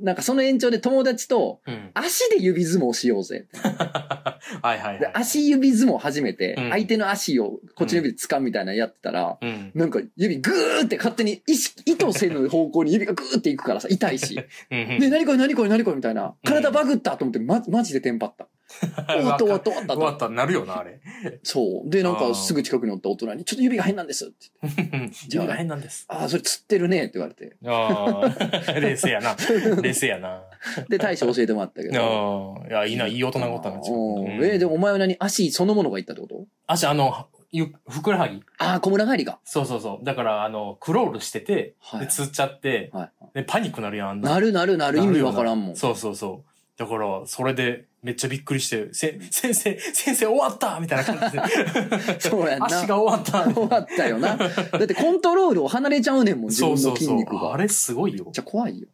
Speaker 1: なんかその延長で友達と、
Speaker 2: うん。
Speaker 1: 足で指相撲しようぜ。
Speaker 2: はいはいはい。
Speaker 1: で、足指相撲初めて、
Speaker 2: うん
Speaker 1: 相手の足をこっちの指で掴むみたいなのやってたら、
Speaker 2: うん。
Speaker 1: なんか指グーって勝手に意識、意図せぬ方向に指がグーっていくからさ、痛いし。
Speaker 2: うんうん。
Speaker 1: で、何これ何これ何これみたいな。体バグったと思って、ま、マジでテンパった。終わった終わった終わった
Speaker 2: 終
Speaker 1: と思
Speaker 2: わ
Speaker 1: っ。
Speaker 2: ってた、なるよな、あれ。
Speaker 1: そう。で、なん
Speaker 2: あ
Speaker 1: か
Speaker 2: ー
Speaker 1: すぐ近くにおった大人に、ちょっと指が変なんですって言って。
Speaker 2: 自分 (laughs) が変なんです。
Speaker 1: ああ、それ釣ってるねって言われて。
Speaker 2: ああ、冷静やな。冷静やな。
Speaker 1: で、大将教えてもらったけど。
Speaker 2: (laughs) ああ、いや、いいな、いい大人がおったな、自分
Speaker 1: うん
Speaker 2: うん
Speaker 1: えーでもお前は何足そのものがいったってこと
Speaker 2: 足、あの、ゆふくらはぎ。
Speaker 1: ああ、小村帰りが。
Speaker 2: そうそうそう。だから、あの、クロールしてて、
Speaker 1: はい
Speaker 2: で、つっちゃって、
Speaker 1: はい。
Speaker 2: で、パニックなるやん、あんな。
Speaker 1: なるなるなる意味わからんもん。
Speaker 2: そうそうそう。だから、それで、めっちゃびっくりして、せ、先生、先生終わったみたいな感じで。
Speaker 1: そう (laughs) やんな。
Speaker 2: 足が終わったみたい
Speaker 1: 終わったよ
Speaker 2: (laughs)
Speaker 1: な。だってコントロールを離れちゃうねんもん、
Speaker 2: な
Speaker 1: 自
Speaker 2: そ
Speaker 1: 分
Speaker 2: うそ
Speaker 1: の
Speaker 2: う
Speaker 1: 筋
Speaker 2: そう
Speaker 1: 肉。が。
Speaker 2: あ
Speaker 1: めっ
Speaker 2: れすごいよ
Speaker 1: ち。ゃ怖いよ。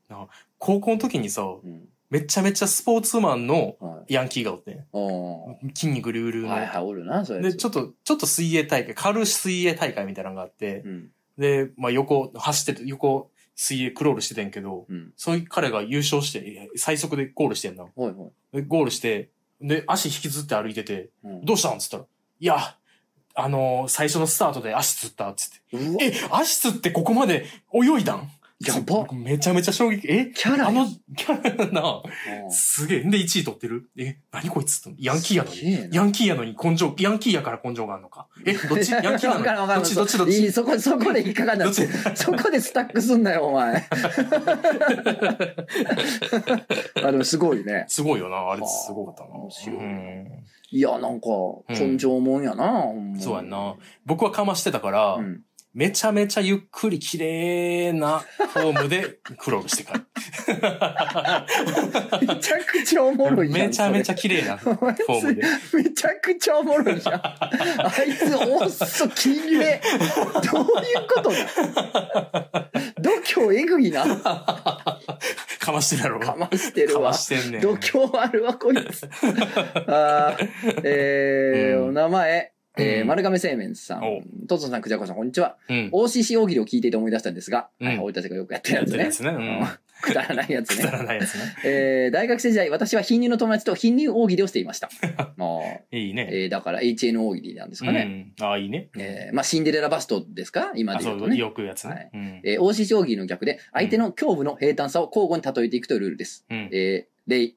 Speaker 2: 高校の時にさ、
Speaker 1: うん。
Speaker 2: めちゃめちゃスポーツマンの
Speaker 1: はい。
Speaker 2: ヤンキーがおってん。
Speaker 1: う
Speaker 2: 筋肉隆
Speaker 1: ん。
Speaker 2: 々
Speaker 1: はい
Speaker 2: の。
Speaker 1: はい、おるな、それ。
Speaker 2: で、ちょっと、ちょっと水泳大会、軽水泳大会みたいなのがあって、
Speaker 1: うん。
Speaker 2: で、まあ横、走ってて、横、水泳クロールしててんけど、
Speaker 1: うん。
Speaker 2: そういう彼が優勝して、いや最速でゴールしてんな。
Speaker 1: はいはい。
Speaker 2: でゴールして、で、足引きずって歩いてて、
Speaker 1: うん
Speaker 2: どうしたんつったら、いや、あのー最初のスタートで足つったっつって。
Speaker 1: うわ、
Speaker 2: え、足つってここまで泳いだん
Speaker 1: やば。
Speaker 2: めちゃめちゃ衝撃。え
Speaker 1: キャラ
Speaker 2: あ
Speaker 1: や
Speaker 2: の、キャラな、
Speaker 1: うん
Speaker 2: すげえ。んで、1位取ってるえ、何こいつってヤンキーやの
Speaker 1: すげえ
Speaker 2: に。
Speaker 1: な
Speaker 2: ヤンキーやのに根性、ヤンキーやから根性があるのか。え、ど
Speaker 1: (laughs)
Speaker 2: っちヤンキー
Speaker 1: わからん
Speaker 2: な
Speaker 1: わから
Speaker 2: のど
Speaker 1: ん
Speaker 2: っちどっちどっ
Speaker 1: い
Speaker 2: ち
Speaker 1: い、そこ、そこで引っかかんな
Speaker 2: どっち
Speaker 1: そこでスタックすんなよ、お
Speaker 2: (laughs)
Speaker 1: 前。あ、でもすごいね。
Speaker 2: すごいよな。あれすごかったな。
Speaker 1: 面白い
Speaker 2: うん
Speaker 1: いや、なんか、根性もんやな、ほんま
Speaker 2: そうやんな。。僕はかましてたから、
Speaker 1: うん。
Speaker 2: めちゃめちゃゆっくり綺麗なフォームでクロールし
Speaker 1: (laughs)
Speaker 2: て帰る。
Speaker 1: めちゃくちゃおもろいじゃん。
Speaker 2: めちゃめちゃ綺麗なフォームで。
Speaker 1: それめちゃくちゃおもろいじゃん。あいつ、おっそ、きれい。どういうことだ度胸えぐいな。か
Speaker 2: かましてるやろ。か
Speaker 1: ましてるわ
Speaker 2: ま。してんねん。
Speaker 1: 度胸あるわ、こい (laughs) つ。あーえー
Speaker 2: うん
Speaker 1: お名前。えー
Speaker 2: うん
Speaker 1: 丸亀製麺さ
Speaker 2: お
Speaker 1: ん、トツノさん、クジャコさん、こんにちは。
Speaker 2: うん。
Speaker 1: OCC 大喜利を聞いていて思い出したんですが、
Speaker 2: うん
Speaker 1: はい俺たちがよくやってる
Speaker 2: や
Speaker 1: や
Speaker 2: って
Speaker 1: つ
Speaker 2: るや
Speaker 1: ね。
Speaker 2: つね。
Speaker 1: (laughs)
Speaker 2: う
Speaker 1: くだらないやつ
Speaker 2: ん。くだ
Speaker 1: ね。
Speaker 2: らないやつね。
Speaker 1: (laughs) えー大学生時代、私は貧乳の友達と貧乳大喜利をしていま (laughs) した。もう、
Speaker 2: いいね。
Speaker 1: えーだから HN 大喜利なんですかね。
Speaker 2: うん。ああ、いいね。
Speaker 1: えーまあ、シンデレラバストですか今
Speaker 2: あ、
Speaker 1: で
Speaker 2: そ
Speaker 1: 言うと
Speaker 2: う、
Speaker 1: ね。
Speaker 2: よくやつ
Speaker 1: はい
Speaker 2: ね。うん
Speaker 1: えー、王子将棋の逆で、相手の胸部の平坦さを交互に例えていくというルールです。
Speaker 2: うん。
Speaker 1: えー、例、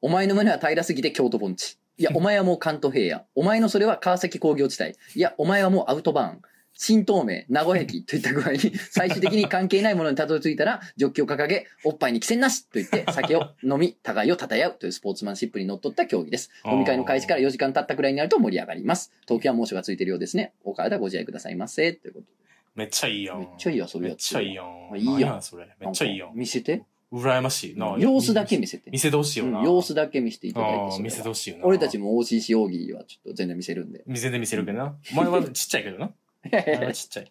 Speaker 1: お前の胸は平らすぎて京都盆地。い
Speaker 2: (laughs)
Speaker 1: や、お前はもう関東平野。お前のそれは川崎工業地帯。いや、お前はもうアウトバーン。新東名、名古屋駅といった具
Speaker 2: (laughs)
Speaker 1: 合に、最終的に関係ないものにたどり着いたら、ジョッキを掲げ、おっぱいに寄せなしと言って、酒を飲み、互いを称え合うというスポーツマンシップにのっとった競技です。飲み会の開始から4時間経ったくらいになると盛り上がります。東京は猛暑がついてるようですね。お体ご自愛くださいませ。ということ
Speaker 2: めっちゃいいやん。
Speaker 1: めっちゃいいやそれ
Speaker 2: め
Speaker 1: や
Speaker 2: っ
Speaker 1: つ
Speaker 2: ちゃいいやん。
Speaker 1: いいやん
Speaker 2: 何それ。
Speaker 1: で。
Speaker 2: めっちゃいい
Speaker 1: な
Speaker 2: や
Speaker 1: ん
Speaker 2: ん
Speaker 1: か。見せて。
Speaker 2: 羨ましいな。
Speaker 1: 様子だけ見せて
Speaker 2: 見。せてほしいよ
Speaker 1: う
Speaker 2: な。
Speaker 1: ん様子だけ見せていただいて
Speaker 2: あ
Speaker 1: そ
Speaker 2: あ、見
Speaker 1: れ
Speaker 2: せ
Speaker 1: は
Speaker 2: て。ほしいよな。
Speaker 1: 俺たちも OCC 奥義はちょっと全然見せるんで。
Speaker 2: 店で見せるけどな。お前はちっちゃい
Speaker 1: (laughs)
Speaker 2: けどな。お前はちっちゃい。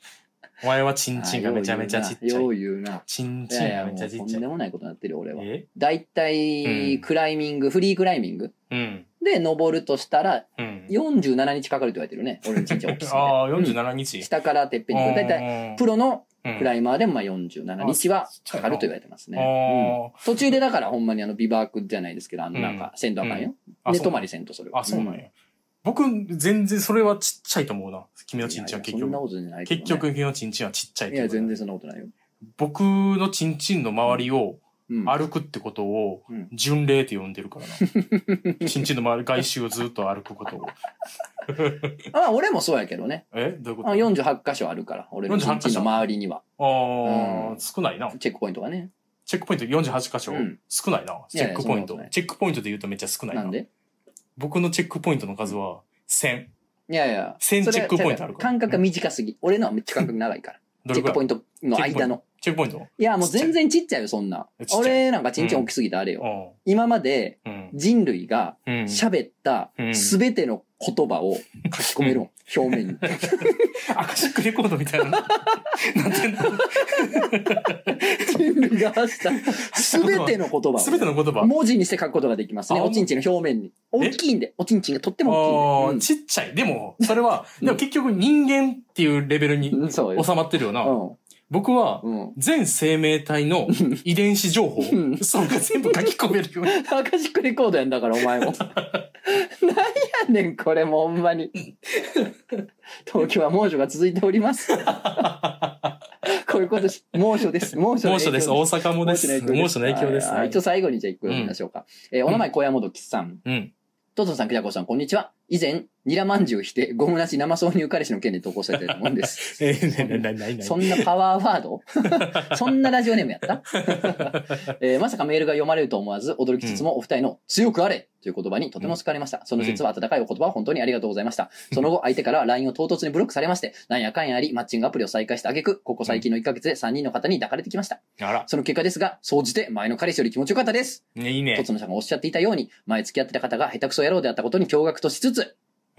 Speaker 2: お前はチンチンがめちゃめちゃちっちゃ
Speaker 1: よう
Speaker 2: い。
Speaker 1: 言うな。
Speaker 2: チン
Speaker 1: い
Speaker 2: チン
Speaker 1: やいや、
Speaker 2: が
Speaker 1: も
Speaker 2: めちゃ
Speaker 1: う
Speaker 2: ち
Speaker 1: と
Speaker 2: っ
Speaker 1: ん
Speaker 2: ちゃい
Speaker 1: で。もないことになってる俺は。
Speaker 2: え
Speaker 1: だいた
Speaker 2: う
Speaker 1: い
Speaker 2: ん
Speaker 1: クライミング、フリークライミング
Speaker 2: うん。
Speaker 1: で登るとしたら
Speaker 2: うん。
Speaker 1: 47日かかると言われてるね。俺のちんちゃん大きすぎて
Speaker 2: (laughs) ああ、
Speaker 1: うん
Speaker 2: 47日。
Speaker 1: 下からてっぺんに行く。だいたい
Speaker 2: い
Speaker 1: プロのクラ
Speaker 2: イ
Speaker 1: イマーでもまあ47日はかかると言われてますね。うん
Speaker 2: あ
Speaker 1: 途中でだからほんまにあのビバークじゃないですけど、あのなんか、せんとあかんよ。
Speaker 2: あ
Speaker 1: で、
Speaker 2: そう
Speaker 1: 泊まりせんとそれは。
Speaker 2: あ、そうなん
Speaker 1: ん
Speaker 2: や。僕、全然それはちっちゃいと思うな。君のちんちんは結
Speaker 1: いやいやそんな
Speaker 2: 局。
Speaker 1: ことじゃないけど
Speaker 2: 結
Speaker 1: ね、
Speaker 2: 局、君のちんちんはちっちゃいと
Speaker 1: い
Speaker 2: 思う
Speaker 1: や、全然そんなことないよ。
Speaker 2: 僕のちんちんの周りを
Speaker 1: うん。
Speaker 2: 歩くってことを
Speaker 1: うん、
Speaker 2: 巡礼って呼んでるから
Speaker 1: (laughs)
Speaker 2: な。ちんちんの周り、外周をずっと歩くことを。
Speaker 1: あ、俺もそうやけどね。
Speaker 2: えどういうこと
Speaker 1: あ48箇所あるから、俺のちんちんの周りには。
Speaker 2: ああ、
Speaker 1: うん
Speaker 2: 少ないな。
Speaker 1: チェックポイントがね。
Speaker 2: チェックポイント48箇所、
Speaker 1: うん
Speaker 2: 少ないな。
Speaker 1: い
Speaker 2: チ
Speaker 1: やい
Speaker 2: ェッ
Speaker 1: や
Speaker 2: クポイン
Speaker 1: そ
Speaker 2: ト
Speaker 1: んなことない
Speaker 2: チェックポイントで言うとめっちゃ少ないな。
Speaker 1: なんで
Speaker 2: 僕のチェックポイントの数は1000。
Speaker 1: いやいや。
Speaker 2: 千
Speaker 1: それ
Speaker 2: チェックポイントあるから
Speaker 1: 間隔が短すぎ。俺のはめっちゃ間隔長いから。
Speaker 2: ど
Speaker 1: チ
Speaker 2: れ
Speaker 1: ェッ
Speaker 2: く
Speaker 1: クポイ
Speaker 2: らい
Speaker 1: ントの間の。
Speaker 2: チェックポイント
Speaker 1: いや、もう全然ちっちゃいよ、そんな
Speaker 2: ちっち。ゃい
Speaker 1: 俺なんかちんちん大きすぎてあれよ。今まで
Speaker 2: うん。
Speaker 1: 人類が
Speaker 2: うん。
Speaker 1: 喋った
Speaker 2: うん
Speaker 1: すべての言葉を書き込めるもん、表面に。
Speaker 2: アカシックレコードみたい
Speaker 1: (laughs)
Speaker 2: な。なんていうの
Speaker 1: 人類が発したすべての言葉を。
Speaker 2: すべての言葉。
Speaker 1: 文字にして書くことができますね。
Speaker 2: あ
Speaker 1: おちんちんの表面に。大きいんで。おちんちんがとっても
Speaker 2: あ
Speaker 1: 大きい
Speaker 2: ー
Speaker 1: んで
Speaker 2: ちっちゃい。でも、それは、
Speaker 1: うん
Speaker 2: でも結局人間っていうレベル
Speaker 1: うん。
Speaker 2: に
Speaker 1: うんそうよ。
Speaker 2: 収まってるよな。
Speaker 1: う
Speaker 2: 僕は、
Speaker 1: ん。うん。
Speaker 2: 全生命体
Speaker 1: (laughs)
Speaker 2: の遺伝子情報
Speaker 1: ん、
Speaker 2: それが全部書き込めるよ
Speaker 1: (laughs)
Speaker 2: うに。
Speaker 1: アカシックレコードやんだから、お前
Speaker 2: (laughs)
Speaker 1: も。なんやねん、これも、ほんまに。東京は猛暑が続いております。こういうことし、猛暑です。猛暑の
Speaker 2: 猛
Speaker 1: 影響
Speaker 2: 暑です。大阪もです。猛暑の影響です。
Speaker 1: はいはい一応最後にじゃあ一個読みましょうか。えーお名前、小山もどきさん。
Speaker 2: うん。
Speaker 1: トトさん、クジャコさん、こんにちは。以前、ニラまんじゅうして、ゴムなし生挿入彼氏の件で投稿されてたと思うんです。
Speaker 2: (laughs) えー、な、な、な、な、な。
Speaker 1: そんなパワーワードそんなラジオネームやったえーまさかメールが読まれると思わず、驚きつつもお二人の強くあれという言葉にとても救われました。その説は温かいお言葉を本当にありがとうございました。その後、相手からは LINE を唐突にブロックされまして、なんやかんやあり、マッチングアプリを再開した挙句、ここ最近の1ヶ月で3人の方に抱かれてきました。
Speaker 2: あら、
Speaker 1: その結果ですが、総じて前の彼氏より気持ちよかったです。
Speaker 2: ねいいね
Speaker 1: と。つのさんがおっしゃっていたように、前付き合ってた方が下手くそ野郎であったことに驚愕としつつ、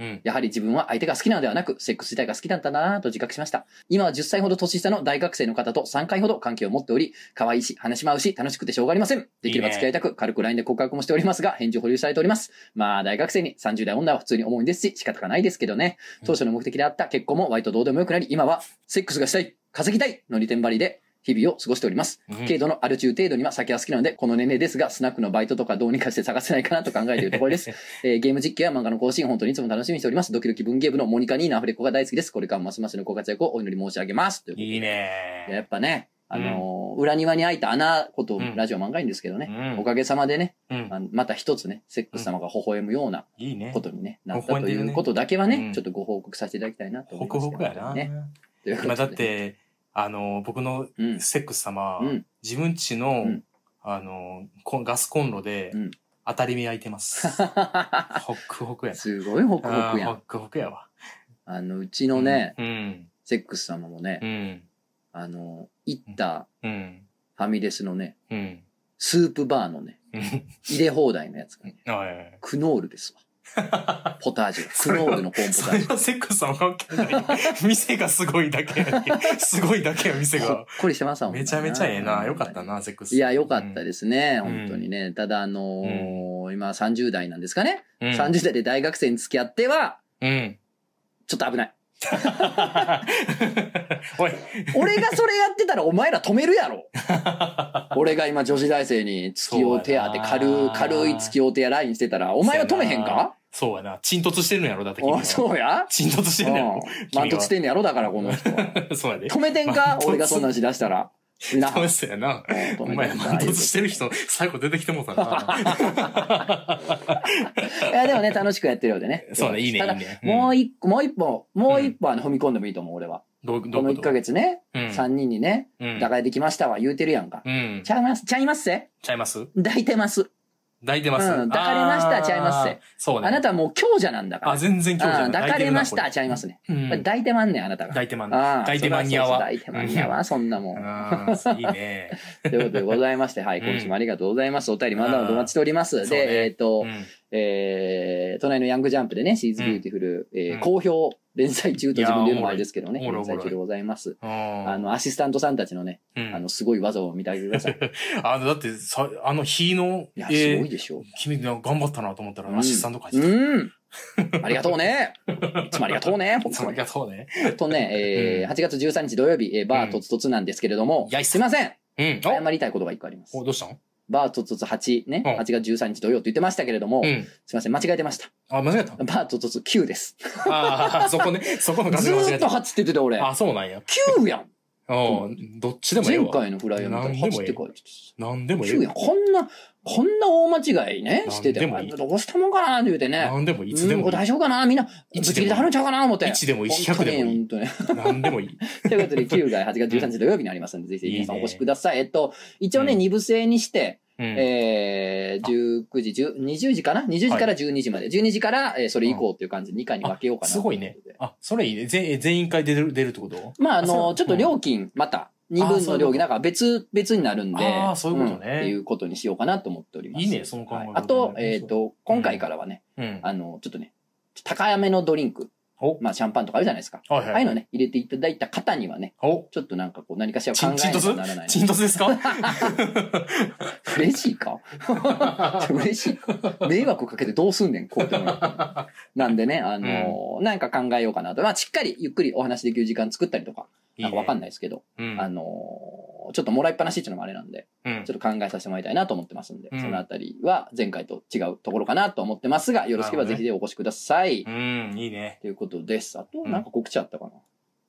Speaker 2: うん。
Speaker 1: やはり自分は相手が好きなのではなく、セックス自体が好きだったんだなぁと自覚しました。今は10歳ほど年下の大学生の方と3回ほど関係を持っており、可愛いし、話も合うし、楽しくてしょうがありません。できれば付き合いたく、軽く LINE で告白もしておりますが、返事を保留されております。まあ、大学生に30代女は普通に重いですし、仕方がないですけどね。当初の目的であった結婚も割とどうでもよくなり、今は、セックスがしたい、稼ぎたいの2点張りで、日々を過ごしております。
Speaker 2: うん
Speaker 1: 軽度のある中程度には酒は好きなので、この年齢ですが、スナックのバイトとかどうにかして探せないかなと考えているところ
Speaker 2: (laughs)
Speaker 1: です。えーゲーム実況や漫画の更新、本当にいつも楽しみにしております。ドキドキ文芸部のモニカ・ニーナ・アフレコが大好きです。これからもますますのご活躍をお祈り申し上げます。ということで
Speaker 2: いい
Speaker 1: や
Speaker 2: ね。
Speaker 1: っぱね、あのー裏庭に開いた穴こと、ラジオ漫画いんですけどね、
Speaker 2: うん
Speaker 1: おかげさまでね、
Speaker 2: うん。
Speaker 1: あのまた一つね、セックス様が微笑むようない
Speaker 2: いね
Speaker 1: こ。とに、ね
Speaker 2: ん
Speaker 1: なったということだけはね、
Speaker 2: 微笑んでるねうん
Speaker 1: ちょっとご報告させていただきたいなと思
Speaker 2: ホ
Speaker 1: いま
Speaker 2: ク
Speaker 1: す
Speaker 2: ホ
Speaker 1: けど
Speaker 2: ク
Speaker 1: ね。
Speaker 2: やな。
Speaker 1: ということで
Speaker 2: 今だっ、て、あの、僕の
Speaker 1: うん、
Speaker 2: セックス様、
Speaker 1: うん
Speaker 2: 自分ちの、
Speaker 1: うん
Speaker 2: あの、こガスコンロで、
Speaker 1: うん
Speaker 2: 当たり目焼い
Speaker 1: (laughs)
Speaker 2: てます。ホックホクやな。
Speaker 1: すごいホクホクや
Speaker 2: あー
Speaker 1: ん
Speaker 2: ホ。クホクやわ。
Speaker 1: あの、うちのね、
Speaker 2: うん。
Speaker 1: セックス様もね
Speaker 2: う、ん。
Speaker 1: あの、行った
Speaker 2: うん。
Speaker 1: ファミレスのね、
Speaker 2: うん。
Speaker 1: スープバーのね、
Speaker 2: うん。
Speaker 1: 入れ放題のやつがね、
Speaker 2: あいやいや
Speaker 1: クノールです
Speaker 2: (laughs)
Speaker 1: わ。ポタージュが。
Speaker 2: そ
Speaker 1: ク
Speaker 2: れは
Speaker 1: ノールのコーンポ
Speaker 2: そ
Speaker 1: ター
Speaker 2: れ
Speaker 1: ジュ。
Speaker 2: はセックスさん関係ない。店がすごいだけやけ。すごいだけや、店
Speaker 1: ほっ
Speaker 2: が。
Speaker 1: こりしてますわ、
Speaker 2: めちゃめちゃええ
Speaker 1: ほんま
Speaker 2: な。
Speaker 1: に
Speaker 2: よかった。な、セックス。
Speaker 1: いや、よかったですね、
Speaker 2: うん
Speaker 1: 本当にね。ただ、あのー今30代なんですかね、
Speaker 2: うん。
Speaker 1: ?30 代で大学生に付き合っては、
Speaker 2: (laughs) うん。
Speaker 1: ちょっと危ない。
Speaker 2: おい。
Speaker 1: 俺がそれやってたらお前ら止めるや
Speaker 2: (laughs)
Speaker 1: ろ俺が今女子大生に月お手当て、
Speaker 2: そうや
Speaker 1: 軽、
Speaker 2: ない
Speaker 1: 軽い月お手やラインしてたら、お前は止めへんか
Speaker 2: そうやな。沈突してるんやろ、だって君は
Speaker 1: お。そうや
Speaker 2: 沈突してるんやろ。
Speaker 1: マントつてんねやろだから、この
Speaker 2: (laughs)
Speaker 1: 人は。
Speaker 2: 君はそうやで。
Speaker 1: 止めてんか
Speaker 2: 満突
Speaker 1: 俺がそんなんし出したら。な
Speaker 2: そうやな。
Speaker 1: 止
Speaker 2: お前、
Speaker 1: んか
Speaker 2: 満突してる人、最後出てきてもうたな。
Speaker 1: いや、でもね、楽しくやってるようでね。
Speaker 2: (laughs) そうね、いいね、い
Speaker 1: た
Speaker 2: い
Speaker 1: だ
Speaker 2: ね。
Speaker 1: も
Speaker 2: う、
Speaker 1: うん一個、もう一本、もう一本あの踏み込んでもいいと思う、俺は。
Speaker 2: どうど
Speaker 1: こ
Speaker 2: う
Speaker 1: の
Speaker 2: い
Speaker 1: 1
Speaker 2: うこ
Speaker 1: ヶ
Speaker 2: と
Speaker 1: 月ね、
Speaker 2: うん
Speaker 1: 3人にね、
Speaker 2: うん
Speaker 1: 抱かれてきましたわ、言うてるやんか。
Speaker 2: うん。
Speaker 1: ちゃいます、ちゃいますせ
Speaker 2: ちゃいます
Speaker 1: 抱いてます。
Speaker 2: 抱いてます
Speaker 1: うん抱かれました
Speaker 2: あー
Speaker 1: ちゃいますせ
Speaker 2: そうね。
Speaker 1: あなたはもう強者なんだから。
Speaker 2: あ、全然興味
Speaker 1: う
Speaker 2: ない
Speaker 1: ん抱かれました、
Speaker 2: て
Speaker 1: ちゃいますね。
Speaker 2: るなこれうん
Speaker 1: 抱いてまんねん、あなたが。
Speaker 2: 抱いてまん
Speaker 1: ああ
Speaker 2: 抱いてまんにゃわ。
Speaker 1: そうそうそう抱いてまんにゃわ、そんなもん。
Speaker 2: うんいいね。
Speaker 1: ということでございまして、はい、
Speaker 2: うん
Speaker 1: 今週もありがとうございます。お便りまだまだお待ちしております。
Speaker 2: んそうね
Speaker 1: で、えっ、と、
Speaker 2: うん
Speaker 1: えー、隣のヤングジャンプでね、シーズビューティフル、えー
Speaker 2: うん
Speaker 1: 好評連載中と自分で言うのもあれですけどね、
Speaker 2: いやーおもろ
Speaker 1: 連
Speaker 2: いおもろい
Speaker 1: 載中でございます。
Speaker 2: あ
Speaker 1: あの、アシスタントさんたちのね、
Speaker 2: ー、
Speaker 1: あ
Speaker 2: あの
Speaker 1: の、、すごい技を見てあげてください。
Speaker 2: あの、だってさ、あの日の、
Speaker 1: いや、す
Speaker 2: え
Speaker 1: ごい
Speaker 2: ー、
Speaker 1: でしょ。
Speaker 2: 君が頑張ったなと思った
Speaker 1: う
Speaker 2: ら、
Speaker 1: ん
Speaker 2: アシスタント書いてた。
Speaker 1: うん。ありがとうね。いつもありがとうね。本
Speaker 2: (laughs) いつ
Speaker 1: 当
Speaker 2: もあ
Speaker 1: に
Speaker 2: りがとうね。
Speaker 1: えっとね、えー、8月13日土曜日、えーバーとつとつなんですけれども、
Speaker 2: うん
Speaker 1: すいません
Speaker 2: うん。
Speaker 1: 謝りたいことが一個あります
Speaker 2: お、お。どうしたん
Speaker 1: バートツツ8ね、
Speaker 2: うん
Speaker 1: 8月13日土曜って言ってましたけれども、
Speaker 2: うん。
Speaker 1: すいません、間違えてました。
Speaker 2: あ、間違え (laughs) た。
Speaker 1: バートツツ9です。
Speaker 2: ああ、そこね。そこの数
Speaker 1: ず
Speaker 2: が間違
Speaker 1: ー
Speaker 2: え
Speaker 1: っと
Speaker 2: た。
Speaker 1: 8って言ってた俺。
Speaker 2: あ、そうなんや。
Speaker 1: 9やん
Speaker 2: うん。どっちでもええ
Speaker 1: 前
Speaker 2: わ。
Speaker 1: 回のフライヤー
Speaker 2: なん
Speaker 1: み
Speaker 2: で
Speaker 1: たいな
Speaker 2: もええ
Speaker 1: 8って書いて
Speaker 2: なんでも
Speaker 1: た。
Speaker 2: え
Speaker 1: 9
Speaker 2: え
Speaker 1: やん。こんな、こんな大間違いね、してて。
Speaker 2: なんでもいい
Speaker 1: あどうしたもんかなって言うて
Speaker 2: わ。
Speaker 1: ね。
Speaker 2: なんでもいいいつで
Speaker 1: うんこ
Speaker 2: もい
Speaker 1: れ
Speaker 2: い。
Speaker 1: 大丈夫かなみんな、ぶ
Speaker 2: い
Speaker 1: ち
Speaker 2: つ
Speaker 1: 切
Speaker 2: で
Speaker 1: れ
Speaker 2: もいい
Speaker 1: てはるんちゃうかな思って。
Speaker 2: 1でもいい。100でもい
Speaker 1: (laughs)
Speaker 2: い。
Speaker 1: 本当にね、本
Speaker 2: なんでもいい。
Speaker 1: 当に。ということで、9が8月13日土曜日にありますので、ぜひ、皆さんお越しください。えっと、一応ね、
Speaker 2: うん
Speaker 1: 2部制にして、
Speaker 2: うん。
Speaker 1: えー、19時、10 20時かな ?20 時から12時まで。12時から、えーそれ以降っていう感じで2回に分けようかな。
Speaker 2: すごいね。あ、それいいね。全全員会出る、出るってこと
Speaker 1: まあ、あ
Speaker 2: あそ
Speaker 1: の、
Speaker 2: う
Speaker 1: ちょっと料金、また、2分の料金、なんか別、別になるんで。
Speaker 2: あーそういうことね
Speaker 1: んっていうことにしようかなと思っております。
Speaker 2: いいねその考
Speaker 1: は
Speaker 2: え方
Speaker 1: いあと、えっ、と、今回からはね、
Speaker 2: うん。
Speaker 1: あの、ちょっとね、高めのドリンク、
Speaker 2: お
Speaker 1: まあ、シャンパンとかあるじゃないですか。
Speaker 2: はい
Speaker 1: ああ
Speaker 2: は
Speaker 1: いう
Speaker 2: い
Speaker 1: の
Speaker 2: はい。
Speaker 1: ね、入れていただいた方にはね、
Speaker 2: お
Speaker 1: ちょっとなんかこう、何かしら考
Speaker 2: チンチンと
Speaker 1: え
Speaker 2: す
Speaker 1: なきゃならない。
Speaker 2: チントスですか
Speaker 1: 嬉しいか (laughs) 嬉しいか迷惑かけてどうすんねん、こうてもらってなんでね、あのーなんか考えようかなと。まあ、しっかりゆっくりお話できる時間作ったりとか、なんかわかん
Speaker 2: (laughs) ない
Speaker 1: ないですけど、
Speaker 2: ね。うん
Speaker 1: あのーちょっともらいっぱなしっていうのもあれなんで、
Speaker 2: うん
Speaker 1: ちょっと考えさせてもらいたいなと思ってますんで、
Speaker 2: うん
Speaker 1: そのあたりは前回と違うところかなと思ってますが、よろしければ
Speaker 2: な
Speaker 1: ぜ
Speaker 2: るほどね
Speaker 1: ひでお越しください。
Speaker 2: うん、いいね。
Speaker 1: ということです。あと、なんか告知あったか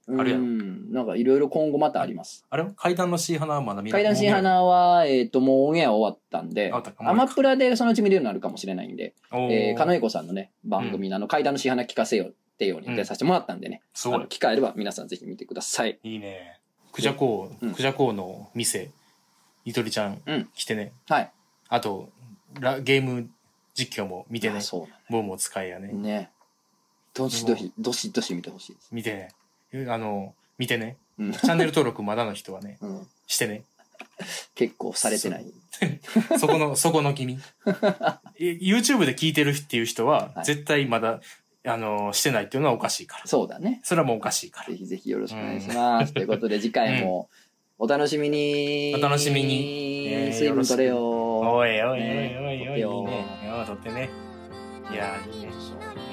Speaker 1: な、
Speaker 2: んあるやろ
Speaker 1: うん、なんかいろいろ今後またあります。
Speaker 2: あれは階段のシーハナはまだ見
Speaker 1: 階段新
Speaker 2: も
Speaker 1: 花は、えっ、と、もうオンエア終わったん
Speaker 2: う
Speaker 1: で
Speaker 2: 見れるあ、ったかも
Speaker 1: アマプラでそのうち見れるようになるかもしれないんで、
Speaker 2: おー
Speaker 1: えー、金井子さんのね、番組のあの、階段の支払い聞かせよってよう
Speaker 2: う
Speaker 1: に
Speaker 2: ん
Speaker 1: 出させてもらったんでね、
Speaker 2: す
Speaker 1: あ
Speaker 2: ご
Speaker 1: の
Speaker 2: い。
Speaker 1: 機会あれば皆さんぜひ見てください。
Speaker 2: いいね。クジャコ
Speaker 1: うん
Speaker 2: ウ、クジャコウの店、ゆとりちゃん
Speaker 1: うん
Speaker 2: 来てね。
Speaker 1: はい。
Speaker 2: あと、ラゲーム実況も見て
Speaker 1: あ
Speaker 2: ね。
Speaker 1: そう
Speaker 2: ボムを使いや
Speaker 1: な
Speaker 2: ね
Speaker 1: ん。だね。どしどし、どしどし見てほしいです。
Speaker 2: 見てね。あの、見てね。
Speaker 1: うん
Speaker 2: チャンネル登録まだの人はね、
Speaker 1: うん、
Speaker 2: してね。
Speaker 1: 結構されてない。
Speaker 2: そこの、 (laughs) そこの君。え YouTube で聞いてるっていう人は
Speaker 1: は、い
Speaker 2: 絶対まだ、あの、してないっていうのはおかしいから。
Speaker 1: そうだね。
Speaker 2: それはもうおかしいから
Speaker 1: ぜ。ひぜひよろしくお願いします。ということで、次回もお楽しみに。
Speaker 2: お楽しみにね
Speaker 1: 水分取れよ。
Speaker 2: おいおいおいおいおい、
Speaker 1: ね
Speaker 2: いいね。ああ、とってね。いやー、いいね。